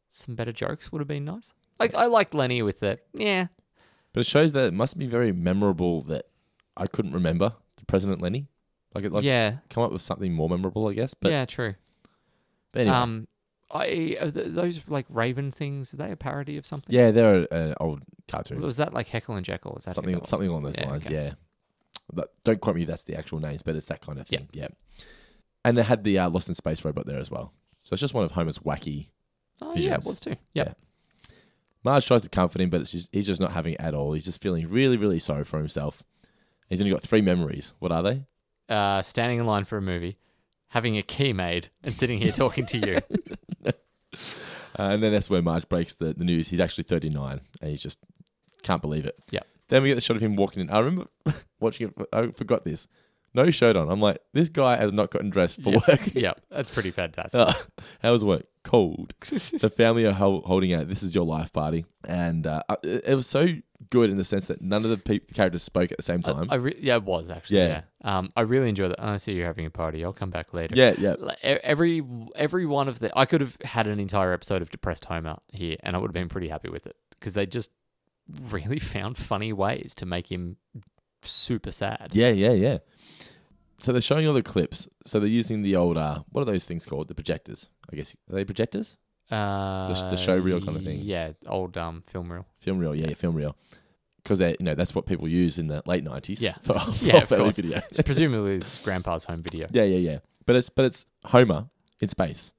[SPEAKER 6] some better jokes would have been nice. Like I liked Lenny with it. Yeah,
[SPEAKER 5] But it shows that it must be very memorable that I couldn't remember the President Lenny. Like, it, like
[SPEAKER 6] yeah,
[SPEAKER 5] come up with something more memorable, I guess. But,
[SPEAKER 6] yeah, true.
[SPEAKER 5] but anyway.
[SPEAKER 6] Um, I are th- those like Raven things. Are they a parody of something?
[SPEAKER 5] yeah, they're an old cartoon.
[SPEAKER 6] Was that like Heckle and Jekyll? Is that
[SPEAKER 5] something
[SPEAKER 6] Jekyll or
[SPEAKER 5] something along those lines.
[SPEAKER 6] okay.
[SPEAKER 5] Yeah, but don't quote me. if That's the actual names, but it's that kind of thing. Yeah, and they had the uh, Lost in Space robot there as well. So it's just one of Homer's wacky.
[SPEAKER 6] Oh, yeah, it
[SPEAKER 5] Visions.
[SPEAKER 6] was too. Yep.
[SPEAKER 5] Yeah. Marge tries to comfort him, but it's just, he's just not having it at all. He's just feeling really, really sorry for himself. He's only got three memories. What are they?
[SPEAKER 6] uh, standing in line for a movie, having a key made, and sitting here talking to you.
[SPEAKER 5] Uh, and then that's where Marge breaks the, the news. He's actually 39, and he's just can't believe it.
[SPEAKER 6] Yep.
[SPEAKER 5] Then we get the shot of him walking in. I remember watching it. I forgot this. No shirt on. I'm like, this guy has not gotten dressed for work.
[SPEAKER 6] yeah, that's pretty fantastic.
[SPEAKER 5] Uh, how was work? Cold. the family are hol- holding out. This is your life party, and uh, it, it was so good in the sense that none of the, peop the characters spoke at the same time.
[SPEAKER 6] I re- yeah, it was actually.
[SPEAKER 5] Yeah.
[SPEAKER 6] Yeah. Um, I really enjoyed that. Oh, I see you're having a party. I'll come back later.
[SPEAKER 5] yeah, yeah.
[SPEAKER 6] Like, e- Every every one of the I could have had an entire episode of depressed Homer here, and I would have been pretty happy with it because they just really found funny ways to make him super sad.
[SPEAKER 5] Yeah, yeah, yeah. So they're showing all the clips. So they're using the old uh, what are those things called? The projectors, I guess. Are they projectors?
[SPEAKER 6] Uh,
[SPEAKER 5] The sh- the show reel kind of thing.
[SPEAKER 6] Yeah, old um film reel.
[SPEAKER 5] Film reel, yeah, film reel. Because they, you know, that's what people use in the late nineties.
[SPEAKER 6] Yeah,
[SPEAKER 5] for, for
[SPEAKER 6] yeah, of
[SPEAKER 5] family
[SPEAKER 6] course.
[SPEAKER 5] video.
[SPEAKER 6] It's presumably his grandpa's home video.
[SPEAKER 5] Yeah, yeah, yeah. But it's but it's Homer in space.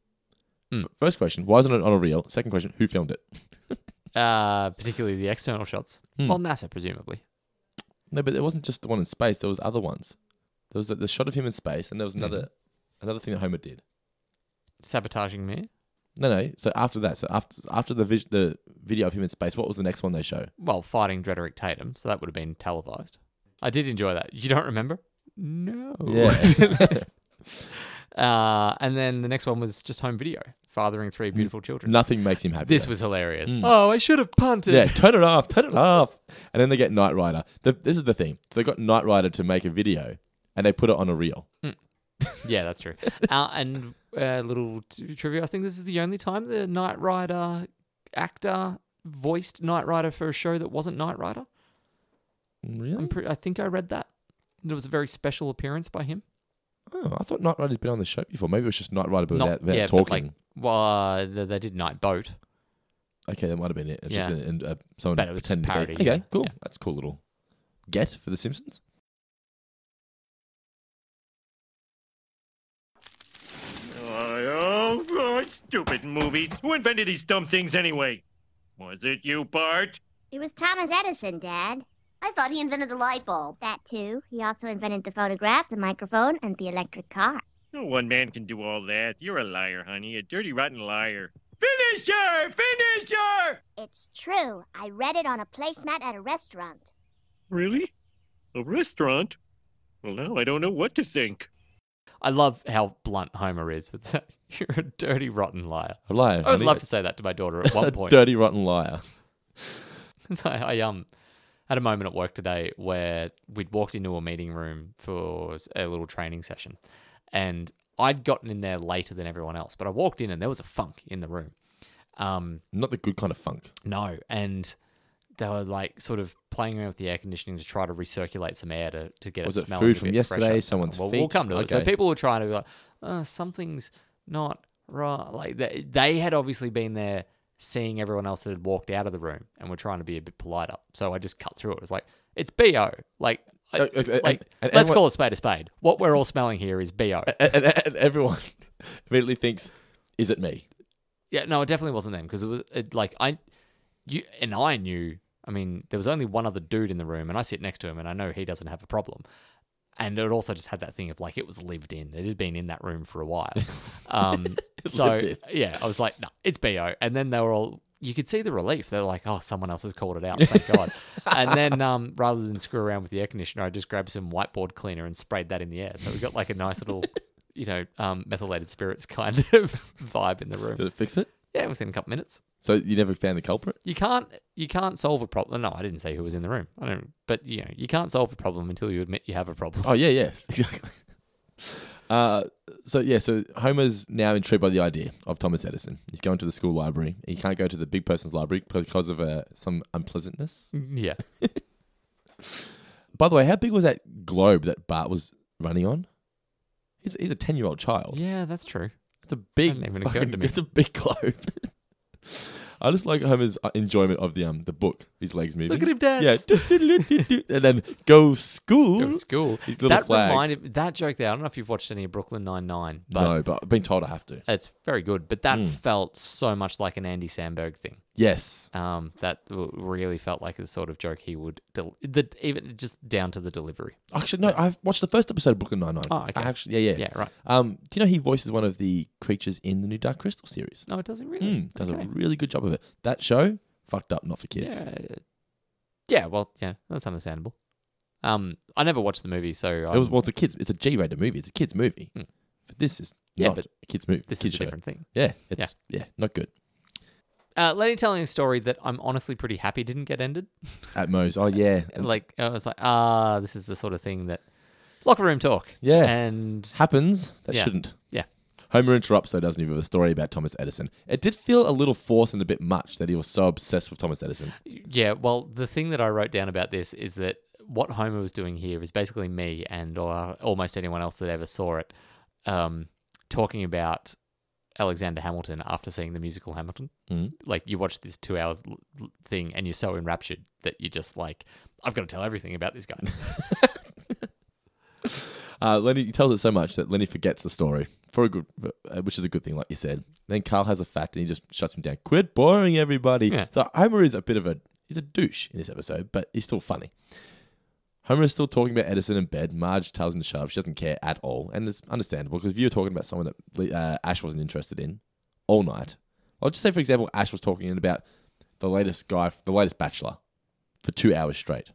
[SPEAKER 6] Mm.
[SPEAKER 5] First question: Why isn't it on a reel? Second question: Who filmed it?
[SPEAKER 6] uh, particularly the external shots. Well, NASA presumably.
[SPEAKER 5] No, but it wasn't just the one in space. There was other ones. There was the, the shot of him in space, and there was
[SPEAKER 6] Hmm.
[SPEAKER 5] another another thing that Homer did.
[SPEAKER 6] Sabotaging me.
[SPEAKER 5] No, no. So after that, so after after the vis- the video of him in space, what was the next one they show?
[SPEAKER 6] Well, fighting Drederick Tatum, so that would have been televised. I did enjoy that. You don't remember? No. uh, and then the next one was just home video, fathering three beautiful children.
[SPEAKER 5] Nothing makes him happy.
[SPEAKER 6] This
[SPEAKER 5] though.
[SPEAKER 6] was hilarious. Oh, I should have punted.
[SPEAKER 5] yeah. Turn it off. Turn it off. And then they get Knight Rider. The, this is the thing. So they got Knight Rider to make a video, and they put it on a reel.
[SPEAKER 6] Yeah, that's true. uh, and a little t- trivia. I think this is the only time the Knight Rider actor voiced Knight Rider for a show that wasn't Knight Rider.
[SPEAKER 5] Really?
[SPEAKER 6] I'm pre- I think I read that. There was a very special appearance by him.
[SPEAKER 5] Oh, I thought Knight Rider's been on the show before. Maybe it was just Knight Rider, but without, without
[SPEAKER 6] yeah,
[SPEAKER 5] talking.
[SPEAKER 6] But like, well, uh, they, they did Night Boat.
[SPEAKER 5] Okay, that might have been it. It's
[SPEAKER 6] Yeah.
[SPEAKER 5] just an, uh, someone
[SPEAKER 6] But it was just
[SPEAKER 5] pretending to be-
[SPEAKER 6] parody,
[SPEAKER 5] Okay,
[SPEAKER 6] yeah.
[SPEAKER 5] cool.
[SPEAKER 6] Yeah.
[SPEAKER 5] That's a cool little get for The Simpsons.
[SPEAKER 1] Oh, oh, stupid movies. Who invented these dumb things anyway? Was it you, Bart?
[SPEAKER 3] It was Thomas Edison, Dad. I thought he invented the light bulb. That too. He also invented the photograph, the microphone, and the electric car.
[SPEAKER 1] No one man can do all that. You're a liar, honey. A dirty, rotten liar. Finisher! Finisher!
[SPEAKER 3] It's true. I read it on a placemat at a restaurant.
[SPEAKER 1] Really? A restaurant? Well, now I don't know what to think.
[SPEAKER 6] I love how blunt Homer is with that. You're a dirty, rotten liar.
[SPEAKER 5] A liar.
[SPEAKER 6] I would
[SPEAKER 5] honey.
[SPEAKER 6] love to say that to my daughter at
[SPEAKER 5] a
[SPEAKER 6] one point.
[SPEAKER 5] dirty, rotten liar.
[SPEAKER 6] So I, I um had a moment at work today where we'd walked into a meeting room for s- a little training session, and I'd gotten in there later than everyone else, but I walked in and there was a funk in the room. Um,
[SPEAKER 5] Not the good kind of funk.
[SPEAKER 6] no, and they were like sort of playing around with the air conditioning to try to recirculate some air to, to get
[SPEAKER 5] Was
[SPEAKER 6] it
[SPEAKER 5] it
[SPEAKER 6] smelling.
[SPEAKER 5] food
[SPEAKER 6] a
[SPEAKER 5] from
[SPEAKER 6] bit
[SPEAKER 5] yesterday,
[SPEAKER 6] fresher.
[SPEAKER 5] someone's
[SPEAKER 6] well, We'll
[SPEAKER 5] feet?
[SPEAKER 6] come to it. So
[SPEAKER 5] Okay.
[SPEAKER 6] people were trying to be like, oh, something's not right. Like they, they had obviously been there seeing everyone else that had walked out of the room and were trying to be a bit politer. So I just cut through it. It was like, it's BO. Like, I-
[SPEAKER 5] Uh, if-
[SPEAKER 6] like
[SPEAKER 5] and- and
[SPEAKER 6] let's
[SPEAKER 5] anyone-
[SPEAKER 6] call it spade a spade. What we're all smelling here is BO.
[SPEAKER 5] And, and, and everyone immediately thinks, is it me?
[SPEAKER 6] Yeah, no, it definitely wasn't them because it was it, like I, you and I knew. I mean, there was only one other dude in the room, and I sit next to him, and I know he doesn't have a problem. And it also just had that thing of like it was lived in; it had been in that room for a while. Um, so
[SPEAKER 5] lived
[SPEAKER 6] yeah, I was like, no, it's bo. And then they were all. You could see the relief. They're like, oh, someone else has called it out. Thank God. and then um, rather than screw around with the air conditioner, I just grabbed some whiteboard cleaner and sprayed that in the air. So we got like a nice little. You know, um, methylated spirits kind of vibe in the room.
[SPEAKER 5] Did it fix it?
[SPEAKER 6] Yeah, within a couple minutes.
[SPEAKER 5] So you never found the culprit?
[SPEAKER 6] You can't you can't solve a problem. No, I didn't say who was in the room. I don't. But you know, you can't solve a problem until you admit you have a problem.
[SPEAKER 5] Oh, yeah, yes. Exactly. Uh, so, yeah, so Homer's now intrigued by the idea of Thomas Edison. He's going to the school library. He can't go to the big person's library because of uh, some unpleasantness.
[SPEAKER 6] Yeah,
[SPEAKER 5] By the way, how big was that globe that Bart was running on? He's, he's a 10 year old child.
[SPEAKER 6] yeah, that's true.
[SPEAKER 5] It's a big,
[SPEAKER 6] Hadn't even occurred
[SPEAKER 5] fucking,
[SPEAKER 6] to me.
[SPEAKER 5] it's a big globe. I just like Homer's uh, enjoyment of the um the book. His legs moving.
[SPEAKER 6] Look at him dance.
[SPEAKER 5] Yeah. and then go school.
[SPEAKER 6] Go to school.
[SPEAKER 5] His little
[SPEAKER 6] that
[SPEAKER 5] flags.
[SPEAKER 6] reminded that joke there. I don't know if you've watched any of Brooklyn Nine Nine, but
[SPEAKER 5] no, Hmm. but I've been told I have to.
[SPEAKER 6] it's very good. But that felt so much like an Andy Samberg thing.
[SPEAKER 5] Yes.
[SPEAKER 6] Um, that w- really felt like the sort of joke he would del- the even just down to the delivery.
[SPEAKER 5] Actually, no. I've watched the first episode of Brooklyn Nine Nine.
[SPEAKER 6] Oh, okay.
[SPEAKER 5] Actually, yeah, yeah.
[SPEAKER 6] Yeah, right.
[SPEAKER 5] Um, do you know he voices one of the creatures in the new Dark Crystal series?
[SPEAKER 6] No, it doesn't really.
[SPEAKER 5] Mm, does
[SPEAKER 6] Okay.
[SPEAKER 5] a really good job of it. That show fucked up, not for kids.
[SPEAKER 6] Yeah. Yeah, well, yeah, that's understandable. Um, I never watched the movie, so
[SPEAKER 5] It
[SPEAKER 6] I'm-
[SPEAKER 5] was well, it's a kids. It's a G-rated movie. It's a kids movie.
[SPEAKER 6] Hmm.
[SPEAKER 5] But this is
[SPEAKER 6] Yeah,
[SPEAKER 5] not
[SPEAKER 6] but
[SPEAKER 5] a kids movie.
[SPEAKER 6] this
[SPEAKER 5] kids
[SPEAKER 6] is a
[SPEAKER 5] show.
[SPEAKER 6] different thing.
[SPEAKER 5] Yeah, it's yeah. not good
[SPEAKER 6] Uh, Lenny telling a story that I'm honestly pretty happy didn't get ended.
[SPEAKER 5] at Moe's. Oh yeah,
[SPEAKER 6] Like I was like, ah, this is the sort of thing that locker room talk.
[SPEAKER 5] Yeah.
[SPEAKER 6] and
[SPEAKER 5] happens. That
[SPEAKER 6] Yeah.
[SPEAKER 5] shouldn't.
[SPEAKER 6] yeah,
[SPEAKER 5] Homer interrupts though, doesn't he, with a story about Thomas Edison? It did feel a little forced and a bit much that he was so obsessed with Thomas Edison.
[SPEAKER 6] yeah. Well, the thing that I wrote down about this is that what Homer was doing here is basically me and or almost anyone else that ever saw it, um, talking about Alexander Hamilton after seeing the musical Hamilton.
[SPEAKER 5] Mhm.
[SPEAKER 6] Like you watch this two hour thing and you're so enraptured that you're just like, I've got to tell everything about this guy.
[SPEAKER 5] Uh, Lenny he tells it so much that Lenny forgets the story for a good, uh, which is a good thing, like you said. Then Carl has a fact and he just shuts him down. Quit boring everybody.
[SPEAKER 6] Yeah.
[SPEAKER 5] So Homer is a bit of a he's a douche in this episode, but he's still funny. Homer is still talking about Edison in bed. Marge tells him to shut up. She doesn't care at all, and it's understandable because if you're talking about someone that uh, Ash wasn't interested in all night, I'll just say for example, Ash was talking about the latest guy, the latest Bachelor, for two hours straight,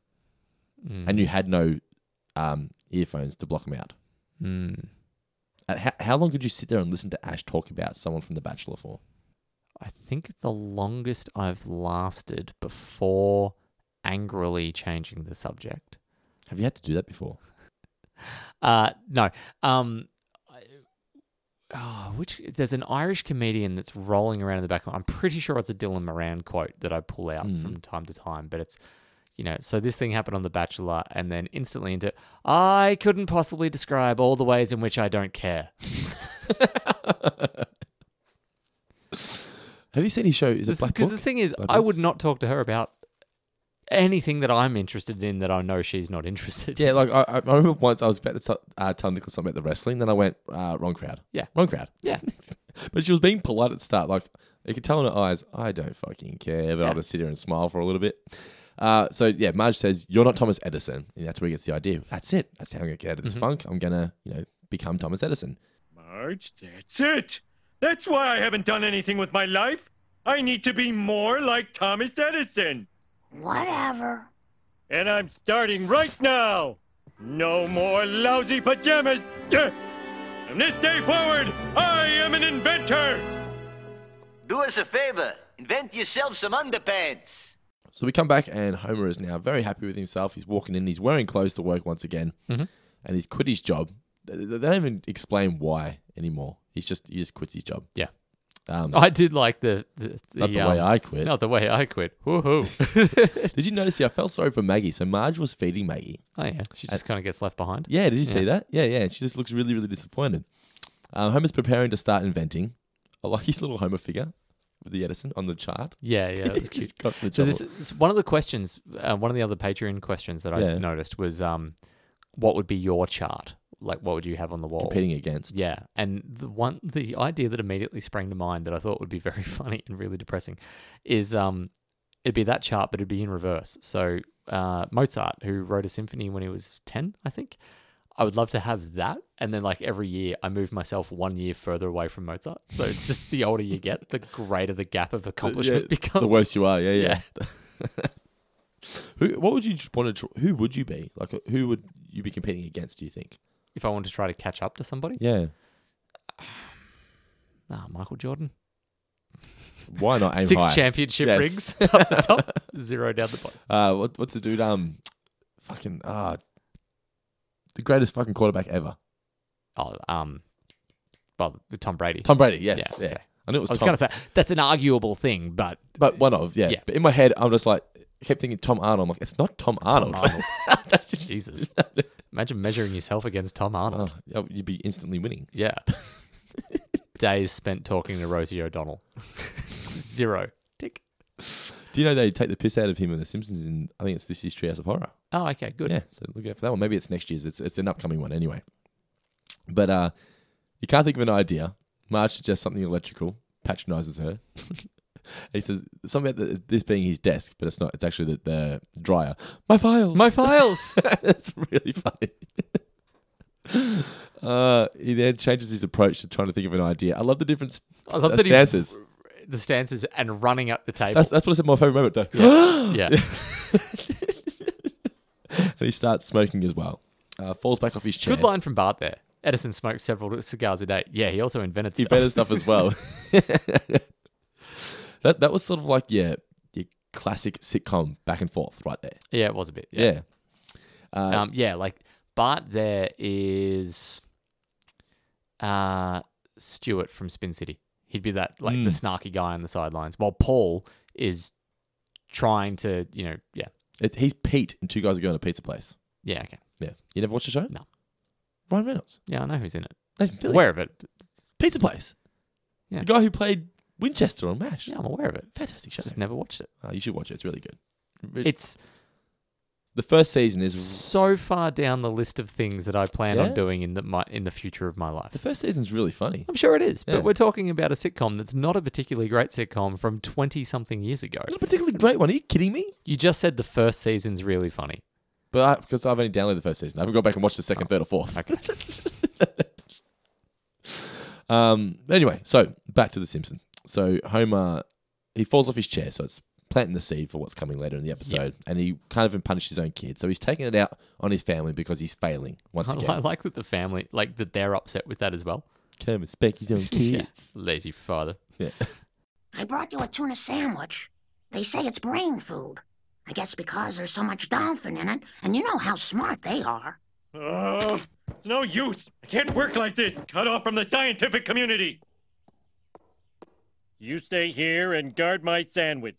[SPEAKER 5] and you had no um, earphones to block him out.
[SPEAKER 6] Mm.
[SPEAKER 5] And how, Uh, how long could you sit there and listen to Ash talk about someone from The Bachelor for?
[SPEAKER 6] I think the longest I've lasted before angrily changing the subject
[SPEAKER 5] Have you had to do that before?
[SPEAKER 6] Uh, no. Um, I- oh, which there's an Irish comedian that's rolling around in the back. of my- I'm pretty sure it's a Dylan Moran quote that I pull out
[SPEAKER 5] Hmm.
[SPEAKER 6] from time to time, but it's. You know, so this thing happened on The Bachelor, and then instantly into I couldn't possibly describe all the ways in which I don't care.
[SPEAKER 5] Have you seen his show? Is it Black
[SPEAKER 6] Because
[SPEAKER 5] Book?
[SPEAKER 6] the thing is,
[SPEAKER 5] Black
[SPEAKER 6] I would
[SPEAKER 5] Books?
[SPEAKER 6] not talk to her about anything that I'm interested in that I know she's not interested.
[SPEAKER 5] Yeah, like I, I I remember once I was about to tell- uh, tell Nicholas something about the wrestling, then I went uh, wrong crowd.
[SPEAKER 6] Yeah.
[SPEAKER 5] wrong crowd.
[SPEAKER 6] Yeah.
[SPEAKER 5] but she was being polite at the start. Like you could tell in her eyes, I don't fucking care. But
[SPEAKER 6] Yeah.
[SPEAKER 5] I'll just sit here and smile for a little bit. Uh, so yeah, Marge says you're not Thomas Edison, and that's where he gets the idea. That's it. That's how I'm gonna get out of this
[SPEAKER 6] Mm-hmm.
[SPEAKER 5] funk. I'm gonna, you know, become Thomas Edison.
[SPEAKER 1] Marge, that's it. That's why I haven't done anything with my life. I need to be more like Thomas Edison.
[SPEAKER 2] Whatever.
[SPEAKER 1] And I'm starting right now. No more lousy pajamas. Duh. From this day forward, I am an inventor.
[SPEAKER 11] Do us a favor. Invent yourself some underpants.
[SPEAKER 5] So we come back, and Homer
[SPEAKER 6] Mm-hmm.
[SPEAKER 5] is now very happy with himself. He's walking in, he's wearing clothes to work once again, and he's quit his job They they don't even explain why anymore. He's just he just quits his job.
[SPEAKER 6] Yeah.
[SPEAKER 5] Um,
[SPEAKER 6] I did like the the, the,
[SPEAKER 5] Not the
[SPEAKER 6] um,
[SPEAKER 5] way I quit.
[SPEAKER 6] Not the way I quit. Woohoo!
[SPEAKER 5] did you notice? Yeah, I felt sorry for Maggie. So Marge was feeding Maggie.
[SPEAKER 6] Oh yeah, she just kind of gets left behind.
[SPEAKER 5] Yeah, did you see that? Yeah, yeah. She just looks really, really disappointed. Um, Homer's preparing to start inventing. I like his little Homer figure with the Edison on the chart.
[SPEAKER 6] Yeah, yeah, that's
[SPEAKER 5] He's
[SPEAKER 6] cute.
[SPEAKER 5] got the
[SPEAKER 6] So this
[SPEAKER 5] double-
[SPEAKER 6] is one of the questions. Uh, one of the other Patreon questions that I
[SPEAKER 5] Yeah.
[SPEAKER 6] noticed was, um, what would be your chart? Like, what would you have on the wall?
[SPEAKER 5] Competing against.
[SPEAKER 6] Yeah, and the one, the idea that immediately sprang to mind that I thought would be very funny and really depressing, is um, it'd be that chart, but it'd be in reverse. So uh, Mozart, who wrote a symphony when he was ten, I think. I would love to have that, and then like every year, I move myself one year further away from Mozart. So it's just the older you get, the greater the gap of accomplishment
[SPEAKER 5] yeah,
[SPEAKER 6] becomes.
[SPEAKER 5] the worse you are. Yeah, yeah. who? What would you want to? Who would you be? Like, who would you be competing against? Do you think?
[SPEAKER 6] if I want to try to catch up to somebody.
[SPEAKER 5] Yeah.
[SPEAKER 6] Nah, Michael Jordan.
[SPEAKER 5] Why not aim
[SPEAKER 6] Six
[SPEAKER 5] high?
[SPEAKER 6] championship
[SPEAKER 5] Yes.
[SPEAKER 6] rings up the top, zero down the bottom.
[SPEAKER 5] Uh, what, what's the dude? Um, fucking ah, the greatest fucking quarterback ever.
[SPEAKER 6] Oh, um, well, the Tom Brady.
[SPEAKER 5] Tom Brady. Yes. Yeah.
[SPEAKER 6] okay.
[SPEAKER 5] I knew it was.
[SPEAKER 6] I was
[SPEAKER 5] Tom-
[SPEAKER 6] going to say that's an arguable thing, but
[SPEAKER 5] but one of yeah.
[SPEAKER 6] Yeah.
[SPEAKER 5] But in my head, I'm just like I kept thinking Tom Arnold. I'm like, it's not Tom Arnold.
[SPEAKER 6] Arnold. Jesus, imagine measuring yourself against Tom Arnold.
[SPEAKER 5] Oh, you'd be instantly winning.
[SPEAKER 6] Yeah, days spent talking to Rosie O'Donnell. zero. Tick.
[SPEAKER 5] Do you know they take the piss out of him in The Simpsons? In I think it's this year's Treehouse of Horror.
[SPEAKER 6] Oh, okay, good.
[SPEAKER 5] Yeah, so look out for that one. Maybe it's next year's. It's it's an upcoming one anyway. But uh, you can't think of an idea. Marge suggests something electrical, patronizes her. he says something about the, this being his desk, but it's not. It's actually the, the dryer. My files.
[SPEAKER 6] My files.
[SPEAKER 5] That's really funny. uh, he then changes his approach to trying to think of an idea. I love the different s-
[SPEAKER 6] I love
[SPEAKER 5] uh,
[SPEAKER 6] that he-
[SPEAKER 5] stances.
[SPEAKER 6] The stances and running up the table.
[SPEAKER 5] That's, oh, that's what I said. My favorite moment. The,
[SPEAKER 6] Yeah.
[SPEAKER 5] and he starts smoking as well. Uh, falls back off his chair.
[SPEAKER 6] Good line from Bart there. Edison smoked several cigars a day. Yeah, he also invented
[SPEAKER 5] He
[SPEAKER 6] stuff.
[SPEAKER 5] better stuff as well. that that was sort of like yeah, your classic sitcom back and forth right there.
[SPEAKER 6] yeah, it was a bit. Yeah.
[SPEAKER 5] Yeah. Uh,
[SPEAKER 6] Um, yeah, like Bart there is uh Stewart from Spin City. He'd be that like
[SPEAKER 5] Hmm.
[SPEAKER 6] the snarky guy on the sidelines. While Paul is trying to, you know, yeah.
[SPEAKER 5] it, he's Pete and two guys are going to a pizza place.
[SPEAKER 6] Yeah, okay.
[SPEAKER 5] Yeah. You never watched the show?
[SPEAKER 6] No.
[SPEAKER 5] Ryan Reynolds.
[SPEAKER 6] Yeah, I know who's in it.
[SPEAKER 5] Nathan Fillion.
[SPEAKER 6] Aware of it.
[SPEAKER 5] Pizza place.
[SPEAKER 6] Yeah.
[SPEAKER 5] The guy who played Winchester on MASH.
[SPEAKER 6] Yeah, I'm aware of it.
[SPEAKER 5] Fantastic show.
[SPEAKER 6] Just never watched it.
[SPEAKER 5] Uh, you should watch it. It's really good. Really-
[SPEAKER 6] It's
[SPEAKER 5] the first season is
[SPEAKER 6] so far down the list of things that I plan
[SPEAKER 5] Yeah?
[SPEAKER 6] on doing in the my in the future of my life.
[SPEAKER 5] the first season's really funny.
[SPEAKER 6] I'm sure it is,
[SPEAKER 5] Yeah.
[SPEAKER 6] but we're talking about a sitcom that's not a particularly great sitcom from 20 something years ago.
[SPEAKER 5] Not a particularly great one. Are you kidding me?
[SPEAKER 6] You just said the first season's really funny.
[SPEAKER 5] But I, because I've only downloaded the first season, I haven't gone back and watched the second, third, or fourth.
[SPEAKER 6] Oh, Okay.
[SPEAKER 5] Um. Anyway, so back to the Simpsons. So Homer, he falls off his chair, so it's planting the seed for what's coming later in the episode, and he kind of punished his own kid. So he's taking it out on his family because he's failing once
[SPEAKER 6] I, li- I
[SPEAKER 5] again.
[SPEAKER 6] like that the family, like that they're upset with that as well.
[SPEAKER 5] Come respect your own
[SPEAKER 6] Yeah.
[SPEAKER 5] kids.
[SPEAKER 6] Lazy father.
[SPEAKER 5] Yeah.
[SPEAKER 2] I brought you a tuna sandwich. They say it's brain food. I guess because there's so much dolphin in it, and you know how smart they are.
[SPEAKER 1] Oh, it's no use. I can't work like this. Cut off from the scientific community. You stay here and guard my sandwich.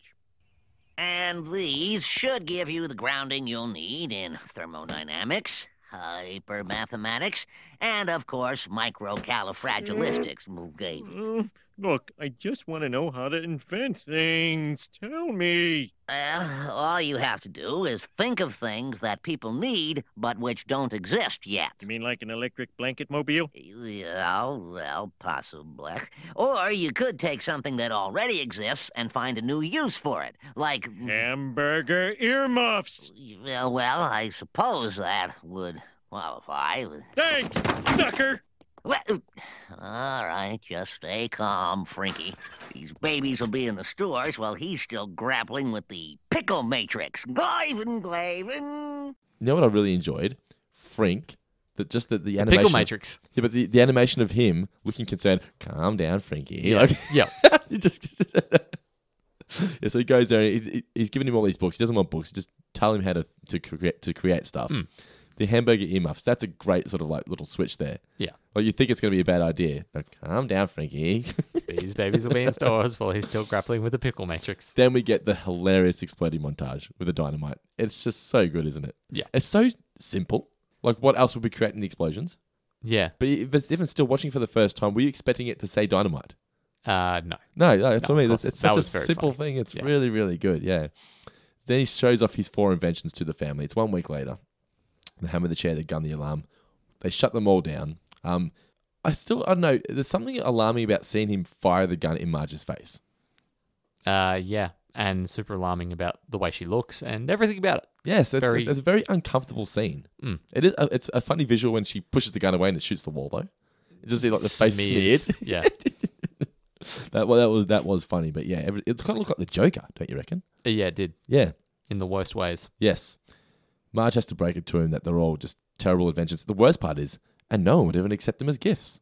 [SPEAKER 12] And these should give you the grounding you'll need in thermodynamics, hypermathematics, and of course microcalifragilistics. Mm.
[SPEAKER 1] Mm, Look, I just want to know how to invent things. Tell me.
[SPEAKER 12] Well, all you have to do is think of things that people need but which don't exist yet.
[SPEAKER 1] You mean like an electric blanket mobile?
[SPEAKER 12] Well, well, possibly. Or you could take something that already exists and find a new use for it, like
[SPEAKER 1] Hamburger earmuffs.
[SPEAKER 12] Well, well, I suppose that would qualify.
[SPEAKER 1] Thanks, sucker.
[SPEAKER 12] Well, all right, just stay calm, Frankie. These babies will be in the stores while he's still grappling with the pickle matrix. Glavin,
[SPEAKER 5] You
[SPEAKER 12] Glavin.
[SPEAKER 5] know what I really enjoyed? Frink. That just that the,
[SPEAKER 6] The
[SPEAKER 5] animation.
[SPEAKER 6] Pickle Matrix.
[SPEAKER 5] Yeah, but the, the animation of him looking concerned. Calm down, Frankie.
[SPEAKER 6] Yeah.
[SPEAKER 5] Like,
[SPEAKER 6] yeah.
[SPEAKER 5] He just, yeah, so he goes
[SPEAKER 6] Hmm.
[SPEAKER 5] there. And he, he- he's giving him all these books. He doesn't want books. Just tell him how to to create to create stuff. the hamburger earmuffs. That's a great sort of like little switch there.
[SPEAKER 6] Yeah.
[SPEAKER 5] Like you think it's going to be a bad idea. Like, calm down, Frankie.
[SPEAKER 6] These babies will be in stores while he's still grappling with the pickle matrix.
[SPEAKER 5] Then we get the hilarious exploding montage with the dynamite. It's just so good, isn't it?
[SPEAKER 6] Yeah.
[SPEAKER 5] It's so simple. Like, what else would be creating the explosions?
[SPEAKER 6] Yeah.
[SPEAKER 5] But if it's even still watching for the first time, were you expecting it to say dynamite?
[SPEAKER 6] Uh, no.
[SPEAKER 5] No, no that's
[SPEAKER 6] No,
[SPEAKER 5] what I mean.
[SPEAKER 6] of
[SPEAKER 5] It's,
[SPEAKER 6] course
[SPEAKER 5] it's such a
[SPEAKER 6] not. That was very
[SPEAKER 5] simple
[SPEAKER 6] funny.
[SPEAKER 5] thing. It's
[SPEAKER 6] Yeah.
[SPEAKER 5] really, really good. Yeah. Then he shows off his four inventions to the family. It's one week later. The hammer, the chair, the gun, the alarm. They shut them all down. Um, I still, I don't know. There's something alarming about seeing him fire the gun in Marge's face.
[SPEAKER 6] Uh, yeah. And super alarming about the way she looks and everything about it.
[SPEAKER 5] Yes, it's,
[SPEAKER 6] Very-
[SPEAKER 5] it's, it's a very uncomfortable scene.
[SPEAKER 6] Mm.
[SPEAKER 5] It is. A, it's a funny visual when she pushes the gun away and it shoots the wall though. You Just see like the face
[SPEAKER 6] Smears.
[SPEAKER 5] smeared.
[SPEAKER 6] Yeah.
[SPEAKER 5] that well, that was that was funny, but yeah, every, it's kind of look like the Joker, don't you reckon?
[SPEAKER 6] Uh, Yeah, it did.
[SPEAKER 5] Yeah.
[SPEAKER 6] In the worst ways.
[SPEAKER 5] Yes. Marge has to break it to him that they're all just terrible adventures. The worst part is, and no one would even accept them as gifts.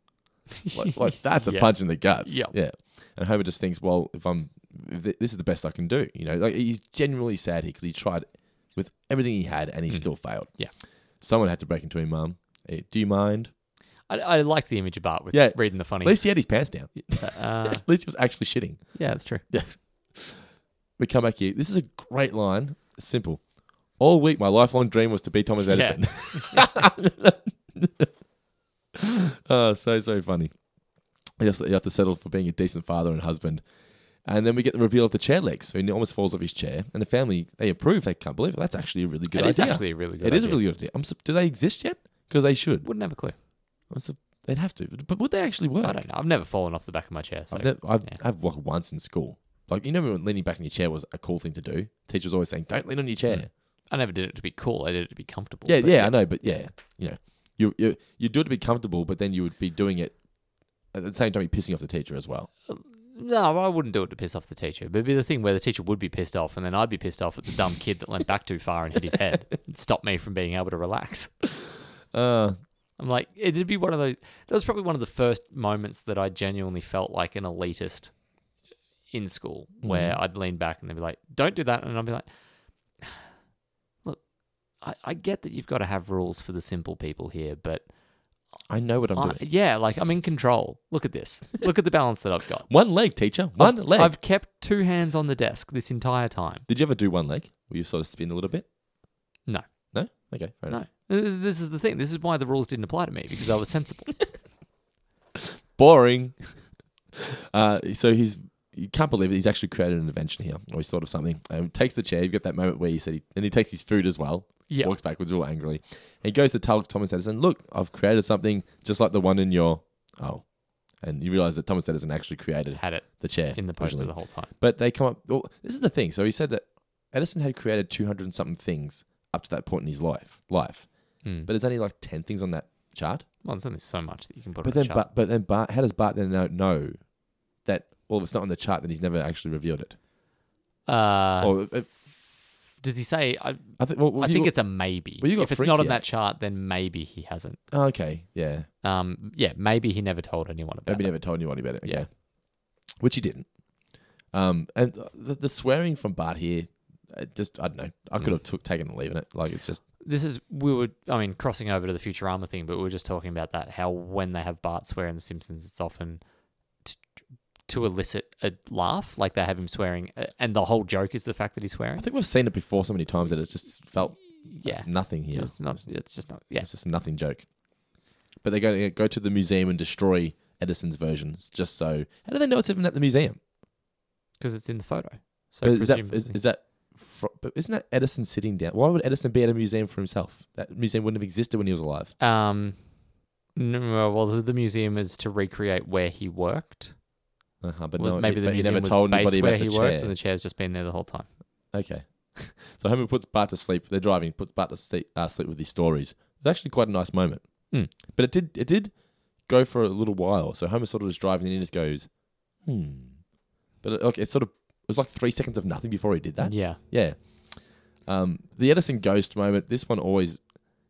[SPEAKER 5] Like, like, that's a
[SPEAKER 6] Yeah.
[SPEAKER 5] punch in the guts.
[SPEAKER 6] Yeah.
[SPEAKER 5] Yeah. And Homer just thinks, well, if I'm, if th- this is the best I can do. You know, like he's genuinely sad here because he tried with everything he had and he still failed.
[SPEAKER 6] Mm-hmm. Yeah.
[SPEAKER 5] Someone had to break into him, Mum. Eh, Do you mind?
[SPEAKER 6] I, I like the image of Bart with reading the funny.
[SPEAKER 5] At least he had his pants down.
[SPEAKER 6] Uh,
[SPEAKER 5] At least he was actually shitting.
[SPEAKER 6] Yeah, that's true.
[SPEAKER 5] Yeah. We come back here. This is a great line. Simple. All week, my lifelong dream was to be Thomas Edison. oh, so, so funny. You have, to, you have to settle for being a decent father and husband. And then we get the reveal of the chair legs. So he almost falls off his chair. And the family, they approve. They can't believe it. That's actually a really good
[SPEAKER 6] It
[SPEAKER 5] idea.
[SPEAKER 6] is actually a really good
[SPEAKER 5] It is a
[SPEAKER 6] idea.
[SPEAKER 5] really good idea. I'm, sup- do they exist yet? Because they should.
[SPEAKER 6] Wouldn't have a clue.
[SPEAKER 5] I'm sup- they'd have to. But would they actually work?
[SPEAKER 6] I don't know. I've never fallen off the back of my chair. So
[SPEAKER 5] I've, never, I've, I've walked once in school. Like you know, when leaning back in your chair was a cool thing to do. Teacher was always saying, "Don't lean on your chair."
[SPEAKER 6] Mm. I never did it to be cool. I did it to be comfortable.
[SPEAKER 5] Yeah,
[SPEAKER 6] but
[SPEAKER 5] yeah, I know, but yeah, you know, you you you do it to be comfortable, but then you would be doing it at the same time, you're pissing off the teacher as well.
[SPEAKER 6] No, I wouldn't do it to piss off the teacher. But it'd be the thing where the teacher would be pissed off, and then I'd be pissed off at the dumb kid that leant back too far and hit his head. It stopped me from being able to relax.
[SPEAKER 5] Uh,
[SPEAKER 6] I'm like, it'd be one of those. That was probably one of the first moments that I genuinely felt like an elitist in school, where
[SPEAKER 5] Mhm.
[SPEAKER 6] I'd lean back and they'd be like, "Don't do that," and I'd be like, "Look, I, I get that you've got to have rules for the simple people here, but."
[SPEAKER 5] I know what I'm
[SPEAKER 6] I-
[SPEAKER 5] doing.
[SPEAKER 6] yeah, like I'm in control. Look at this. Look at the balance that I've got.
[SPEAKER 5] One leg, teacher. One
[SPEAKER 6] I've,
[SPEAKER 5] leg.
[SPEAKER 6] I've kept two hands on the desk this entire time.
[SPEAKER 5] Did you ever do one leg? Where you sort of spin a little bit?
[SPEAKER 6] No,
[SPEAKER 5] No. Okay. Fair
[SPEAKER 6] no.
[SPEAKER 5] enough.
[SPEAKER 6] Th- This is the thing. This is why the rules didn't apply to me because I was sensible.
[SPEAKER 5] Boring. uh, so he's you can't believe it. He's actually created an invention here, or he's thought of something. Um, takes the chair. You've got that moment where he said, he, and he takes his food as well.
[SPEAKER 6] Yeah.
[SPEAKER 5] Walks backwards real angrily. He goes to tell Thomas Edison, "Look, I've created something just like the one in your oh," and you realize that Thomas Edison actually created
[SPEAKER 6] Had it
[SPEAKER 5] the chair
[SPEAKER 6] in the poster
[SPEAKER 5] originally.
[SPEAKER 6] the whole time.
[SPEAKER 5] But they come up. Well, this is the thing. So he said that Edison had created two hundred and something things up to that point in his life. Life,
[SPEAKER 6] Hmm.
[SPEAKER 5] but there's only like ten things on that chart.
[SPEAKER 6] Well, there's only so much that you can put
[SPEAKER 5] But
[SPEAKER 6] on
[SPEAKER 5] then,
[SPEAKER 6] a chart.
[SPEAKER 5] but, but then, Bart, how does Bart then know, know that? Well, if it's not on the chart, then he's never actually revealed it.
[SPEAKER 6] uh,
[SPEAKER 5] Or, uh,
[SPEAKER 6] does he say? I,
[SPEAKER 5] I think- well, well,
[SPEAKER 6] I
[SPEAKER 5] you
[SPEAKER 6] think
[SPEAKER 5] got-
[SPEAKER 6] it's a maybe.
[SPEAKER 5] well, you got
[SPEAKER 6] if it's not on
[SPEAKER 5] freaky out.
[SPEAKER 6] that chart, then maybe he hasn't.
[SPEAKER 5] oh, okay, yeah,
[SPEAKER 6] Um, yeah, maybe he never told anyone about
[SPEAKER 5] maybe
[SPEAKER 6] it.
[SPEAKER 5] never told anyone about it. Okay.
[SPEAKER 6] Yeah.
[SPEAKER 5] which he didn't. Um, and the, the swearing from Bart here, it just I don't know. I
[SPEAKER 6] Hmm.
[SPEAKER 5] could have took taken and leaving it. Like it's just
[SPEAKER 6] This is we were. I mean, crossing over to the Futurama thing, but we were just talking about that. How when they have Bart swear in The Simpsons, it's often to, to elicit a laugh, like they have him swearing, uh, and the whole joke is the fact that he's swearing.
[SPEAKER 5] I think we've seen it before so many times that it's just felt
[SPEAKER 6] Yeah.
[SPEAKER 5] nothing here.
[SPEAKER 6] It's not. It's just not. Yeah.
[SPEAKER 5] It's just a nothing joke. But they're going to go to the museum and destroy Edison's versions just so. How do they know it's even at the museum?
[SPEAKER 6] because it's in the photo. So
[SPEAKER 5] But is that is,
[SPEAKER 6] presumably-
[SPEAKER 5] is that fro- but isn't that Edison sitting down? Why would Edison be at a museum for himself? That museum wouldn't have existed when he was alive.
[SPEAKER 6] um, no, well, the the museum is to recreate where he worked.
[SPEAKER 5] Uh-huh, but
[SPEAKER 6] Well,
[SPEAKER 5] no,
[SPEAKER 6] maybe
[SPEAKER 5] he,
[SPEAKER 6] the
[SPEAKER 5] but he
[SPEAKER 6] museum
[SPEAKER 5] never
[SPEAKER 6] was
[SPEAKER 5] told
[SPEAKER 6] based
[SPEAKER 5] anybody
[SPEAKER 6] where
[SPEAKER 5] about
[SPEAKER 6] he
[SPEAKER 5] the
[SPEAKER 6] worked,
[SPEAKER 5] chair.
[SPEAKER 6] and the chair's just been there the whole time.
[SPEAKER 5] Okay, so Homer puts Bart to sleep. They're driving, puts Bart to sleep, uh, sleep with his stories. It's actually quite a nice moment.
[SPEAKER 6] Hmm.
[SPEAKER 5] But it did it did go for a little while. So Homer sort of was driving, and he just goes, hmm. But it, like, it sort of it was like three seconds of nothing before he did that.
[SPEAKER 6] Yeah.
[SPEAKER 5] Yeah. Um, the Edison ghost moment. This one always,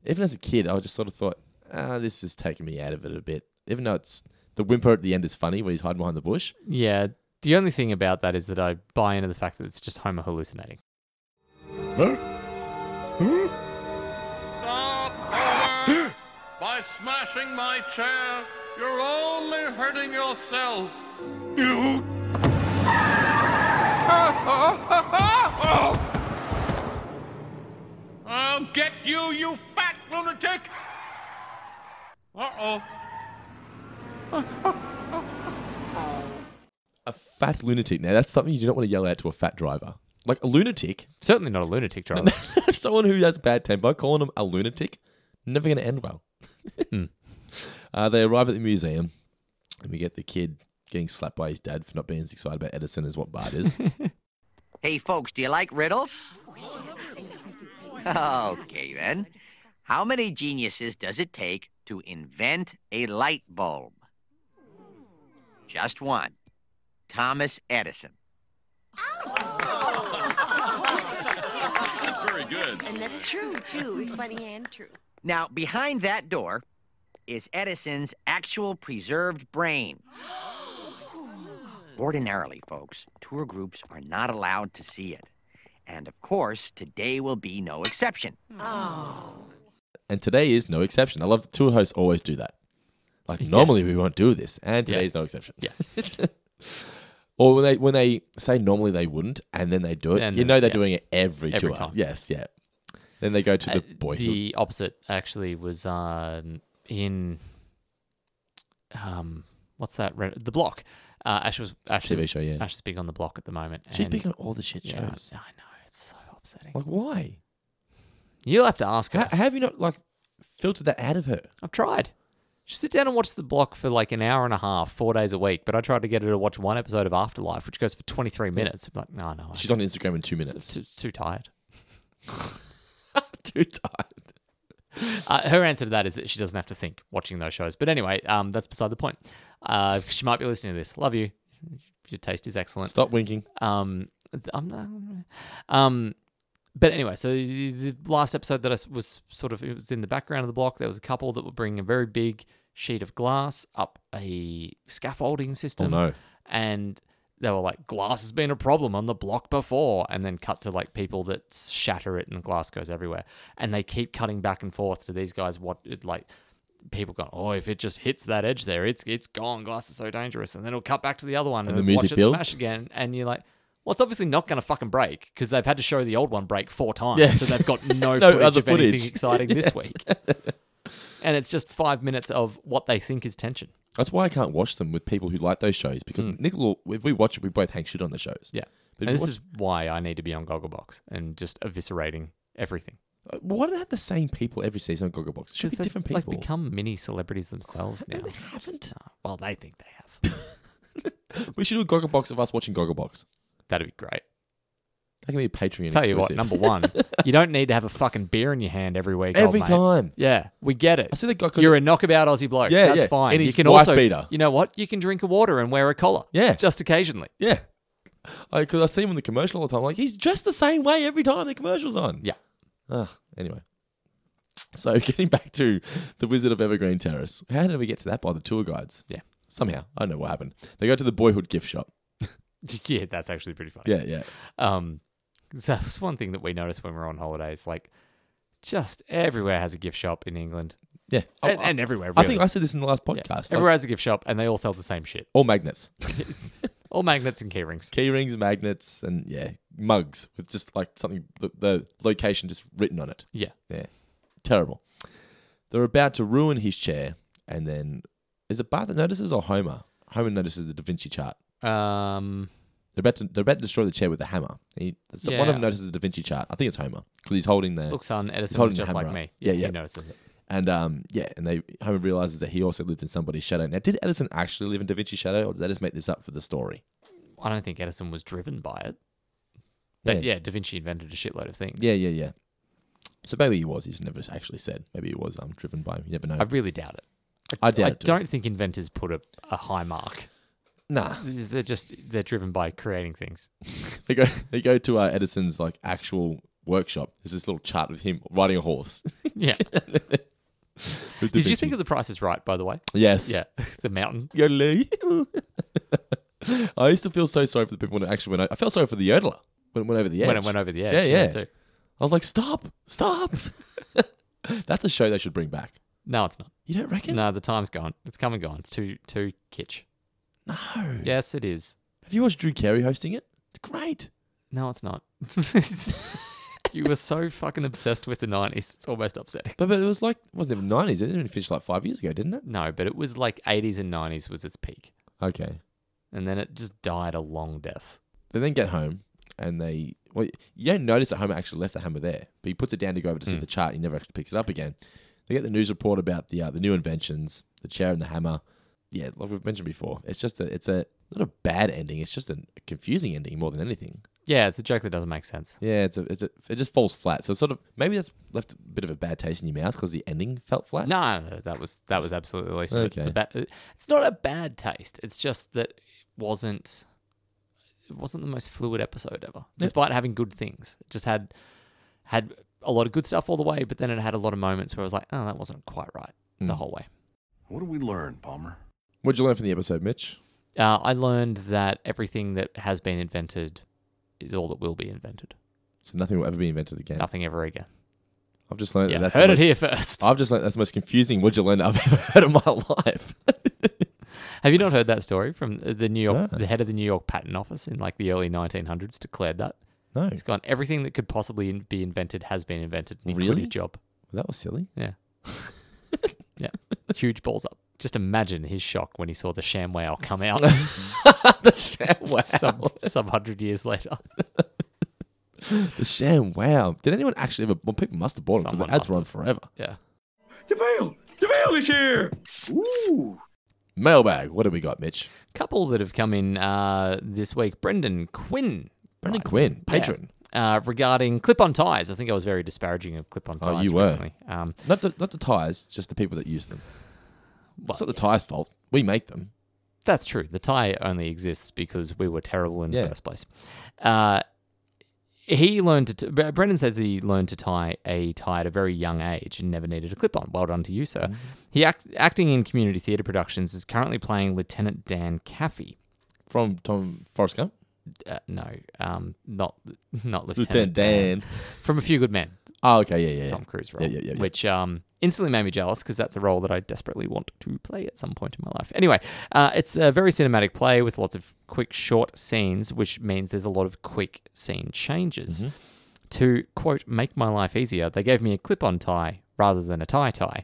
[SPEAKER 5] even as a kid, I just sort of thought, ah, this is taking me out of it a bit. Even though it's the whimper at the end is funny when he's hiding behind the bush.
[SPEAKER 6] Yeah. The only thing about that is that I buy into the fact that it's just Homer hallucinating.
[SPEAKER 7] Stop
[SPEAKER 13] by smashing my chair, you're only hurting yourself. You. I'll get you, you fat lunatic! Uh oh.
[SPEAKER 5] A fat lunatic. Now, that's something you do not want to yell out to a fat driver. Like a lunatic.
[SPEAKER 6] Certainly not a lunatic driver.
[SPEAKER 5] Someone who has bad tempo, calling them a lunatic, never going to end well. uh, they arrive at the museum, and we get the kid getting slapped by his dad for not being as excited about Edison as what Bart is.
[SPEAKER 9] Hey, folks, do you like riddles? Okay, then. How many geniuses does it take to invent a light bulb? Just one Thomas Edison.
[SPEAKER 7] That's very good.
[SPEAKER 14] And that's true, too. It's funny and true.
[SPEAKER 9] Now, behind that door is Edison's actual preserved brain. Ordinarily, folks, tour groups are not allowed to see it. And of course, today will be no exception.
[SPEAKER 5] and today is no exception. I love that tour hosts always do that. Like, normally we won't do this, and today is no exception. Yeah. or when they when they say normally they wouldn't, and then they do it,
[SPEAKER 6] And
[SPEAKER 5] you
[SPEAKER 6] then-
[SPEAKER 5] know they're
[SPEAKER 6] yeah.
[SPEAKER 5] doing it every,
[SPEAKER 6] Every
[SPEAKER 5] tour.
[SPEAKER 6] time.
[SPEAKER 5] Yes, yeah. Then they go to the
[SPEAKER 6] Uh,
[SPEAKER 5] boy who-
[SPEAKER 6] The opposite actually was um, in um, what's that? re- The Block. Uh, Ash was Ash
[SPEAKER 5] TV
[SPEAKER 6] is-
[SPEAKER 5] show, yeah.
[SPEAKER 6] Ash is big on the Block at the moment.
[SPEAKER 5] She's big
[SPEAKER 6] and-
[SPEAKER 5] on all the shit
[SPEAKER 6] Yeah,
[SPEAKER 5] shows.
[SPEAKER 6] I know it's so upsetting.
[SPEAKER 5] Like, why?
[SPEAKER 6] You'll have to ask her.
[SPEAKER 5] have you not like filtered that out of her?
[SPEAKER 6] I've tried. She sit down and watch the block for like an hour and a half, four days a week. But I tried to get her to watch one episode of Afterlife, which goes for twenty three minutes. I'm like, no, no,
[SPEAKER 5] She's on Instagram in two minutes.
[SPEAKER 6] Too, too tired.
[SPEAKER 5] too tired.
[SPEAKER 6] Uh, her answer to that is that she doesn't have to think watching those shows. But anyway, um, that's beside the point. Uh, she might be listening to this. Love you. Your taste is excellent.
[SPEAKER 5] Stop winking.
[SPEAKER 6] Um, th- I'm not- um, but anyway, so the the last episode that I s- was sort of it was in the background of the block. There was a couple that were bringing a very big sheet of glass up a scaffolding system.
[SPEAKER 5] Oh, no.
[SPEAKER 6] And they were like, "Glass has been a problem on the block before," and then cut to like people that s- shatter it and the glass goes everywhere. And they keep cutting back and forth to these guys. What it, like people go, "Oh, if it just hits that edge there, it's it's gone. Glass is so dangerous." And then it'll cut back to the other one
[SPEAKER 5] And
[SPEAKER 6] and,
[SPEAKER 5] the
[SPEAKER 6] then watch
[SPEAKER 5] music
[SPEAKER 6] it
[SPEAKER 5] builds?
[SPEAKER 6] smash again. And you're like. Well, it's obviously not going to fucking break because they've had to show the old one break four times,
[SPEAKER 5] Yes.
[SPEAKER 6] so they've got
[SPEAKER 5] No
[SPEAKER 6] no, footage
[SPEAKER 5] other
[SPEAKER 6] of anything
[SPEAKER 5] footage.
[SPEAKER 6] exciting
[SPEAKER 5] Yes.
[SPEAKER 6] this week. And it's just five minutes of what they think is tension.
[SPEAKER 5] That's why I can't watch them with people who like those shows because
[SPEAKER 6] Hmm.
[SPEAKER 5] Nick will, if we watch it, we both hang shit on the shows.
[SPEAKER 6] Yeah,
[SPEAKER 5] But
[SPEAKER 6] and
[SPEAKER 5] if
[SPEAKER 6] this
[SPEAKER 5] you
[SPEAKER 6] is why I need to be on Gogglebox and just eviscerating everything.
[SPEAKER 5] watch- why do they have the same people every season on Gogglebox? It should be
[SPEAKER 6] they've,
[SPEAKER 5] different
[SPEAKER 6] like,
[SPEAKER 5] people.
[SPEAKER 6] become mini celebrities themselves now.
[SPEAKER 5] they haven't.
[SPEAKER 6] well, they think they have.
[SPEAKER 5] we should do a Gogglebox of us watching Gogglebox.
[SPEAKER 6] That'd be great.
[SPEAKER 5] That can be a Patreon.
[SPEAKER 6] Tell you what,
[SPEAKER 5] exclusive.
[SPEAKER 6] number one, you don't need to have a fucking beer in your hand every week. old
[SPEAKER 5] Every
[SPEAKER 6] mate.
[SPEAKER 5] time.
[SPEAKER 6] Yeah, we get it. I
[SPEAKER 5] see the guy.
[SPEAKER 6] You're a knockabout Aussie bloke.
[SPEAKER 5] Yeah,
[SPEAKER 6] that's
[SPEAKER 5] yeah,
[SPEAKER 6] fine.
[SPEAKER 5] and
[SPEAKER 6] you
[SPEAKER 5] he's
[SPEAKER 6] can
[SPEAKER 5] wife
[SPEAKER 6] also,
[SPEAKER 5] beater.
[SPEAKER 6] you know what? You can drink a water and wear a collar.
[SPEAKER 5] Yeah.
[SPEAKER 6] just occasionally.
[SPEAKER 5] yeah, because I, see him in the commercial all the time. Like he's dressed the same way every time the commercial's on.
[SPEAKER 6] Yeah.
[SPEAKER 5] Ugh, anyway, so getting back to the Wizard of Evergreen Terrace. How did we get to that by the tour guides?
[SPEAKER 6] Yeah.
[SPEAKER 5] Somehow I don't know what happened. They go to the boyhood gift shop.
[SPEAKER 6] yeah, that's actually pretty funny.
[SPEAKER 5] Yeah, yeah.
[SPEAKER 6] Um, 'cause that was one thing that we noticed when we were on holidays. Like, just everywhere has a gift shop in England.
[SPEAKER 5] Yeah,
[SPEAKER 6] and,
[SPEAKER 5] I-
[SPEAKER 6] and everywhere.
[SPEAKER 5] I
[SPEAKER 6] Really.
[SPEAKER 5] think I said this in the last
[SPEAKER 6] Oh, Yeah.
[SPEAKER 5] Oh, podcast. Like,
[SPEAKER 6] Everywhere has a gift shop, and they all sell the same shit.
[SPEAKER 5] all magnets,
[SPEAKER 6] All magnets and key rings.
[SPEAKER 5] key rings, magnets, and yeah, mugs with just like something the, the location just written on it.
[SPEAKER 6] Yeah.
[SPEAKER 5] Yeah. Terrible. They're about to ruin his chair, and then is it Bart that notices or Homer? Homer notices the Da Vinci chart.
[SPEAKER 6] Um,
[SPEAKER 5] They're about to they're about to destroy the chair with a hammer. He, so One of them
[SPEAKER 6] Yeah.
[SPEAKER 5] notices the Da Vinci chart. I think it's Homer because he's holding the
[SPEAKER 6] Look, son,
[SPEAKER 5] he's
[SPEAKER 6] Edison
[SPEAKER 5] holding
[SPEAKER 6] was
[SPEAKER 5] the
[SPEAKER 6] just
[SPEAKER 5] hammer
[SPEAKER 6] like
[SPEAKER 5] up.
[SPEAKER 6] me.
[SPEAKER 5] Yeah, yeah.
[SPEAKER 6] He notices it.
[SPEAKER 5] And um, yeah, and they Homer realizes that he also lived in somebody's shadow. Now, did Edison actually live in Da Vinci's shadow, or did they just make this up for the story?
[SPEAKER 6] I don't think Edison was driven by it. But
[SPEAKER 5] Yeah.
[SPEAKER 6] yeah, Da Vinci invented a shitload of things.
[SPEAKER 5] Yeah, yeah, yeah. So maybe he was. He's never actually said. Maybe he was um, driven by him. You never know.
[SPEAKER 6] I really doubt it.
[SPEAKER 5] I doubt
[SPEAKER 6] I
[SPEAKER 5] it.
[SPEAKER 6] don't think inventors put a, a high mark.
[SPEAKER 5] Nah.
[SPEAKER 6] They're just they're driven by creating things.
[SPEAKER 5] they go they go to uh, Edison's like actual workshop. There's this little chart with him riding a horse.
[SPEAKER 6] Yeah.
[SPEAKER 5] With Da
[SPEAKER 6] Did you
[SPEAKER 5] Vinci.
[SPEAKER 6] think of the Price is Right, by the way?
[SPEAKER 5] Yes.
[SPEAKER 6] Yeah. The mountain.
[SPEAKER 5] Yodeling. I used to feel so sorry for the people when it actually went. o- I felt sorry for the yodeler when it went over the edge.
[SPEAKER 6] When it went over the edge,
[SPEAKER 5] Yeah,
[SPEAKER 6] yeah,
[SPEAKER 5] yeah.
[SPEAKER 6] too.
[SPEAKER 5] I was like, stop, stop. That's a show they should bring back.
[SPEAKER 6] No, it's not.
[SPEAKER 5] You don't reckon?
[SPEAKER 6] No, the time's gone. It's come and gone. It's too too kitsch.
[SPEAKER 5] No.
[SPEAKER 6] Yes, it is.
[SPEAKER 5] Have you watched Drew Carey hosting it? It's great.
[SPEAKER 6] No, it's not. It's just- you were so fucking obsessed with the nineties. It's almost upsetting.
[SPEAKER 5] But, but it was like, it wasn't even 90s. It only finished like five years ago, didn't it?
[SPEAKER 6] No, but it was like eighties and nineties was its peak,
[SPEAKER 5] Okay.
[SPEAKER 6] and then it just died a long death.
[SPEAKER 5] They then get home and they. Well, you don't notice that Homer actually left the hammer there, but he puts it down to go over to
[SPEAKER 6] Hmm.
[SPEAKER 5] see the chart. He never actually picks it up again. They get the news report about the uh, the new inventions, the chair and the hammer. Yeah, like we've mentioned before, it's just a it's a not a bad ending. It's just a confusing ending more than anything.
[SPEAKER 6] Yeah, it's a joke that doesn't make sense.
[SPEAKER 5] Yeah, it's a, it's a it just falls flat. So it's sort of maybe that's left a bit of a bad taste in your mouth because the ending felt flat.
[SPEAKER 6] No, no, no, that was that was absolutely the least of it.
[SPEAKER 5] Okay.
[SPEAKER 6] The ba- it's not a bad taste. It's just that it wasn't it wasn't the most fluid episode ever, despite having good things. It just had had a lot of good stuff all the way, but then it had a lot of moments where I was like, oh, that wasn't quite right the
[SPEAKER 5] Mm.
[SPEAKER 6] whole way.
[SPEAKER 7] What do we learn, Palmer?
[SPEAKER 5] What'd you learn from the episode, Mitch?
[SPEAKER 6] Uh, I learned that everything that has been invented is all that will be invented.
[SPEAKER 5] So nothing will ever be invented again.
[SPEAKER 6] Nothing ever again.
[SPEAKER 5] I've just learned
[SPEAKER 6] Yeah,
[SPEAKER 5] that that's
[SPEAKER 6] heard
[SPEAKER 5] the
[SPEAKER 6] it
[SPEAKER 5] most-
[SPEAKER 6] here first.
[SPEAKER 5] I've just learned that's the most confusing would you learn I've ever heard in my life.
[SPEAKER 6] Have you not heard that story from the New York,
[SPEAKER 5] No.
[SPEAKER 6] the head of the New York Patent Office in like the early 1900s declared that?
[SPEAKER 5] No.
[SPEAKER 6] He's gone, everything that could possibly in- be invented has been invented. And he quit
[SPEAKER 5] Really?
[SPEAKER 6] his job.
[SPEAKER 5] That was silly.
[SPEAKER 6] Yeah. yeah. Huge balls up. Just imagine his shock when he saw the sham whale come out. the
[SPEAKER 5] sham whale.
[SPEAKER 6] Some, some hundred years later.
[SPEAKER 5] The sham. Wow. Did anyone actually ever? Well, people must have bought it because the
[SPEAKER 6] Someone
[SPEAKER 5] ads
[SPEAKER 6] must
[SPEAKER 5] run forever.
[SPEAKER 6] Yeah.
[SPEAKER 13] Jamil! Jamil is here! Ooh!
[SPEAKER 5] Mailbag. What do we got, Mitch?
[SPEAKER 6] couple that have come in uh, this week. Brendan Quinn.
[SPEAKER 5] Brendan
[SPEAKER 6] writes
[SPEAKER 5] Quinn,
[SPEAKER 6] in.
[SPEAKER 5] patron.
[SPEAKER 6] Yeah. Uh, regarding clip-on ties, I think I was very disparaging of clip-on ties
[SPEAKER 5] Oh, you were.
[SPEAKER 6] recently. Um,
[SPEAKER 5] not the not the tires, just the people that use them. it's not the tires' fault. We make them.
[SPEAKER 6] That's true. The tie only exists because we were terrible in
[SPEAKER 5] Yeah.
[SPEAKER 6] the first place. Uh, he learned to. T- Bre- Brendan says he learned to tie a tie at a very young age and never needed a clip on. Well done to you,
[SPEAKER 5] Mm-hmm.
[SPEAKER 6] sir. He act- acting in community theatre productions is currently playing Lieutenant Dan Caffey.
[SPEAKER 5] From Tom Forrest Gump.
[SPEAKER 6] Uh, no, um, not not
[SPEAKER 5] Lieutenant
[SPEAKER 6] Lieutenant,
[SPEAKER 5] Dan.
[SPEAKER 6] from A Few Good Men.
[SPEAKER 5] Oh, okay, yeah, yeah, yeah.
[SPEAKER 6] Tom Cruise role,
[SPEAKER 5] Yeah, yeah, yeah, yeah.
[SPEAKER 6] which um, instantly made me jealous because that's a role that I desperately want to play at some point in my life. Anyway, uh, it's a very cinematic play with lots of quick, short scenes, which means there's a lot of quick scene changes.
[SPEAKER 5] Mm-hmm.
[SPEAKER 6] To quote, make my life easier, they gave me a clip on tie rather than a tie tie.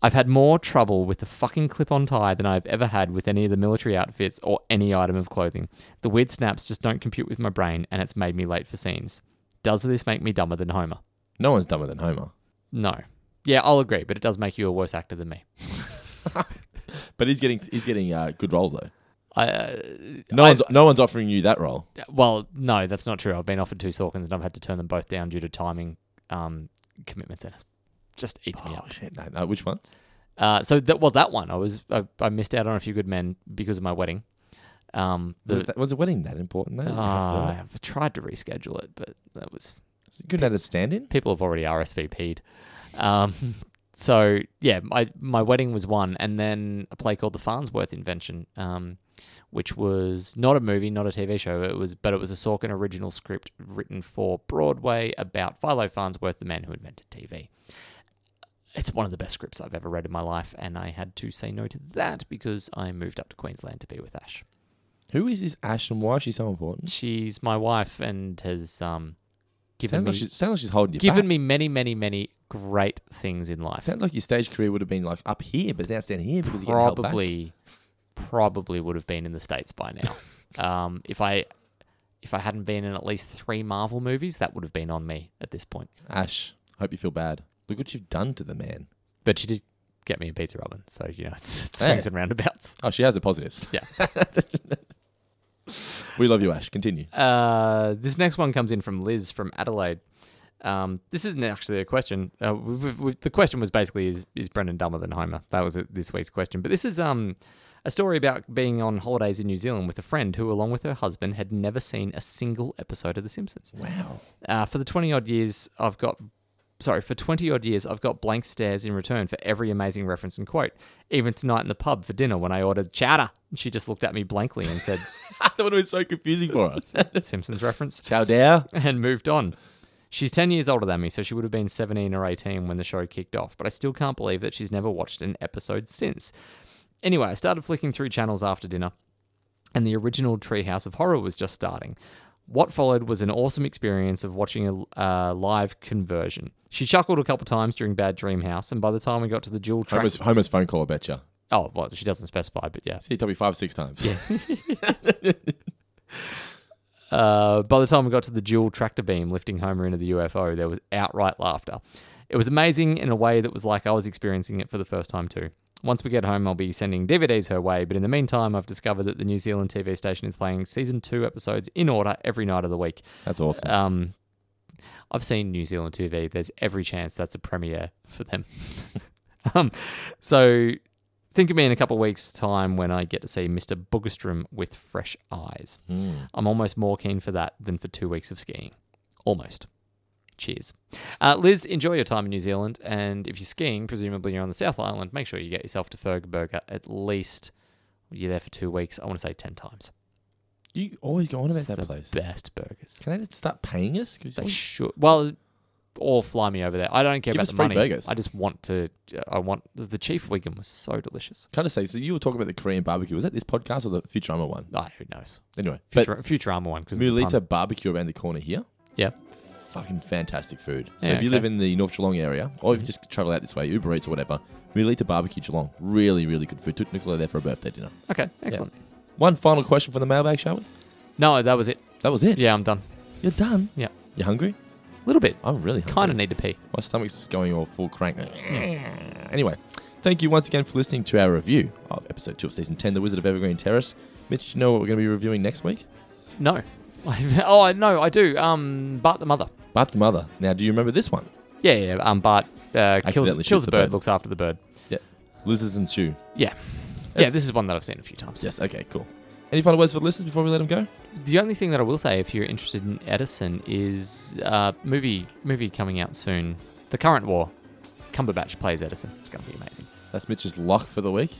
[SPEAKER 6] I've had more trouble with the fucking clip on tie than I've ever had with any of the military outfits or any item of clothing. The weird snaps just don't compute with my brain, and it's made me late for scenes. Does this make me dumber than Homer?
[SPEAKER 5] No one's dumber than Homer.
[SPEAKER 6] No. Yeah, I'll agree, but it does make you a worse actor than me.
[SPEAKER 5] But he's getting he's getting uh, good roles though.
[SPEAKER 6] I, uh,
[SPEAKER 5] No
[SPEAKER 6] I-
[SPEAKER 5] one's no one's offering you that role.
[SPEAKER 6] Well, no, that's not true. I've been offered two Sorkins and I've had to turn them both down due to timing um, commitments, and it just eats me up.
[SPEAKER 5] Oh, Shit, no, no. Which one?
[SPEAKER 6] Uh, so that well, that one I was I, I missed out on a few good men because of my wedding. Um,
[SPEAKER 5] Was,
[SPEAKER 6] the,
[SPEAKER 5] it, was the wedding that important? Though? Did you have to do
[SPEAKER 6] Uh,
[SPEAKER 5] that?
[SPEAKER 6] I've tried to reschedule it, but that was
[SPEAKER 5] Couldn't have a stand-in.
[SPEAKER 6] people have already RSVP'd. Um, so yeah, my my wedding was one, and then a play called The Farnsworth Invention, um, which was not a movie, not a TV show. It was, but it was a Sorkin original script written for Broadway about Philo Farnsworth, the man who invented TV. It's one of the best scripts I've ever read in my life, and I had to say no to that because I moved up to Queensland to be with Ash.
[SPEAKER 5] Who is this Ash and why is she so important?
[SPEAKER 6] She's my wife and has um, given
[SPEAKER 5] Sounds
[SPEAKER 6] me
[SPEAKER 5] like, she, sounds like she's holding you
[SPEAKER 6] given
[SPEAKER 5] back.
[SPEAKER 6] me many, many, many great things in life.
[SPEAKER 5] Sounds like your stage career would have been like up here, but now it's down here because you're getting held back.
[SPEAKER 6] probably, probably would have been in the states by now. um, if I, if I hadn't been in at least three Marvel movies, that would have been on me at this point.
[SPEAKER 5] Ash, I hope you feel bad. Look what you've done to the man.
[SPEAKER 6] But she did get me a pizza oven, so you know it's, it swings
[SPEAKER 5] Yeah.
[SPEAKER 6] and roundabouts.
[SPEAKER 5] Oh, she has the positives.
[SPEAKER 6] Yeah.
[SPEAKER 5] we love you, Ash. Continue.
[SPEAKER 6] Uh, this next one comes in from Liz from Adelaide. Um, this isn't actually a question. Uh, we, we, we, the question was basically is is Brendan dumber than Homer? That was it this week's question. But this is um a story about being on holidays in New Zealand with a friend who, along with her husband, had never seen a single episode of The Simpsons.
[SPEAKER 5] Wow.
[SPEAKER 6] Uh, for the twenty odd years I've got. Sorry, for 20 odd years, I've got blank stares in return for every amazing reference and quote. Even tonight in the pub for dinner when I ordered chowder, she just looked at me blankly and said,
[SPEAKER 5] that would have been so confusing for us.
[SPEAKER 6] Simpsons reference
[SPEAKER 5] Chow down.
[SPEAKER 6] and moved on. She's 10 years older than me, so she would have been 17 or 18 when the show kicked off, but I still can't believe that she's never watched an episode since. Anyway, I started flicking through channels after dinner, and the original Treehouse of Horror was just starting. What followed was an awesome experience of watching a uh, live conversion. She chuckled a couple times during Bad Dream House, and by the time we got to the dual track,
[SPEAKER 5] Homer's, Homer's phone call, I bet you.
[SPEAKER 6] Oh, well, she doesn't specify, but yeah.
[SPEAKER 5] He told me five, six times.
[SPEAKER 6] Yeah. Uh, by the time we got to the dual tractor beam lifting Homer into the UFO, there was outright laughter. It was amazing in a way that was like I was experiencing it for the first time too. Once we get home, I'll be sending DVDs her way, but in the meantime, I've discovered that the New Zealand TV station is playing season two episodes in order every night of the week.
[SPEAKER 5] That's awesome.
[SPEAKER 6] Um, I've seen New Zealand TV. There's every chance that's a premiere for them. um, so think of me in a couple of weeks' time when I get to see Mr. Boogerstrom with fresh eyes.
[SPEAKER 5] Mm.
[SPEAKER 6] I'm almost more keen for that than for two weeks of skiing. Almost. Cheers. Uh, Liz, enjoy your time in New Zealand. And if you're skiing, presumably you're on the South Island, make sure you get yourself to Fergburger at least. You're there for two weeks. I want to say 10 times.
[SPEAKER 5] You always go on about
[SPEAKER 6] It's
[SPEAKER 5] that
[SPEAKER 6] the
[SPEAKER 5] place.
[SPEAKER 6] Best burgers.
[SPEAKER 5] Can they start paying us? 'Cause
[SPEAKER 6] They
[SPEAKER 5] we-
[SPEAKER 6] should. Well, or fly me over there. I don't care
[SPEAKER 5] Give
[SPEAKER 6] about
[SPEAKER 5] us
[SPEAKER 6] the
[SPEAKER 5] free
[SPEAKER 6] money.
[SPEAKER 5] burgers.
[SPEAKER 6] I just want to. I want. The Chief Wiggum was so delicious.
[SPEAKER 5] Kind of say, so you were talking about the Korean barbecue. Was that this podcast or the Futurama one?
[SPEAKER 6] Ah, who knows?
[SPEAKER 5] Anyway, but
[SPEAKER 6] Futura, Futurama one. because
[SPEAKER 5] Mulita barbecue around the corner here.
[SPEAKER 6] Yep.
[SPEAKER 5] Fucking fantastic food. So
[SPEAKER 6] Yeah,
[SPEAKER 5] if you
[SPEAKER 6] okay.
[SPEAKER 5] live in the North Geelong area, or even just travel out this way, Uber Eats or whatever, Mulita barbecue Geelong. Really, really good food. Took Nicola there for a birthday dinner.
[SPEAKER 6] Okay,
[SPEAKER 5] Yeah.
[SPEAKER 6] excellent.
[SPEAKER 5] One final question from the mailbag, shall we?
[SPEAKER 6] No, that was it.
[SPEAKER 5] That was it.
[SPEAKER 6] Yeah, I'm done.
[SPEAKER 5] You're done.
[SPEAKER 6] Yeah.
[SPEAKER 5] You hungry?
[SPEAKER 6] A little bit.
[SPEAKER 5] I'm really hungry.
[SPEAKER 6] Kind of need to pee.
[SPEAKER 5] My stomach's just going all full crank. Anyway, thank you once again for listening to our review of episode 2 of season 10, The Wizard of Evergreen Terrace. Mitch, do you know what we're going to be reviewing next week?
[SPEAKER 6] No. oh, I no, I do. Um, Bart the mother.
[SPEAKER 5] Bart the Mother. Now, do you remember this one?
[SPEAKER 6] Yeah, yeah. Um, Bart uh, kills
[SPEAKER 5] Accidentally shoots
[SPEAKER 6] kills
[SPEAKER 5] the
[SPEAKER 6] a bird,
[SPEAKER 5] bird.
[SPEAKER 6] looks after the bird.
[SPEAKER 5] Yeah. Losers and Shoe.
[SPEAKER 6] Yeah, yeah.
[SPEAKER 5] That's-
[SPEAKER 6] This is one that I've seen a few times.
[SPEAKER 5] Yes, okay, cool. Any final words for the listeners before we let them go?
[SPEAKER 6] The only thing that I will say, if you're interested in Edison, is uh, movie movie coming out soon. The current war. Cumberbatch plays Edison. It's going to be amazing.
[SPEAKER 5] That's Mitch's lock for the week.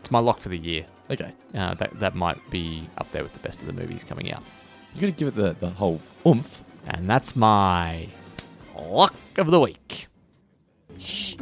[SPEAKER 6] It's my lock for the year.
[SPEAKER 5] Okay.
[SPEAKER 6] Uh, that that might be up there with the best of the movies coming out.
[SPEAKER 5] You're going to give it the, the whole oomph.
[SPEAKER 6] And that's my lock of the week.
[SPEAKER 4] Shh.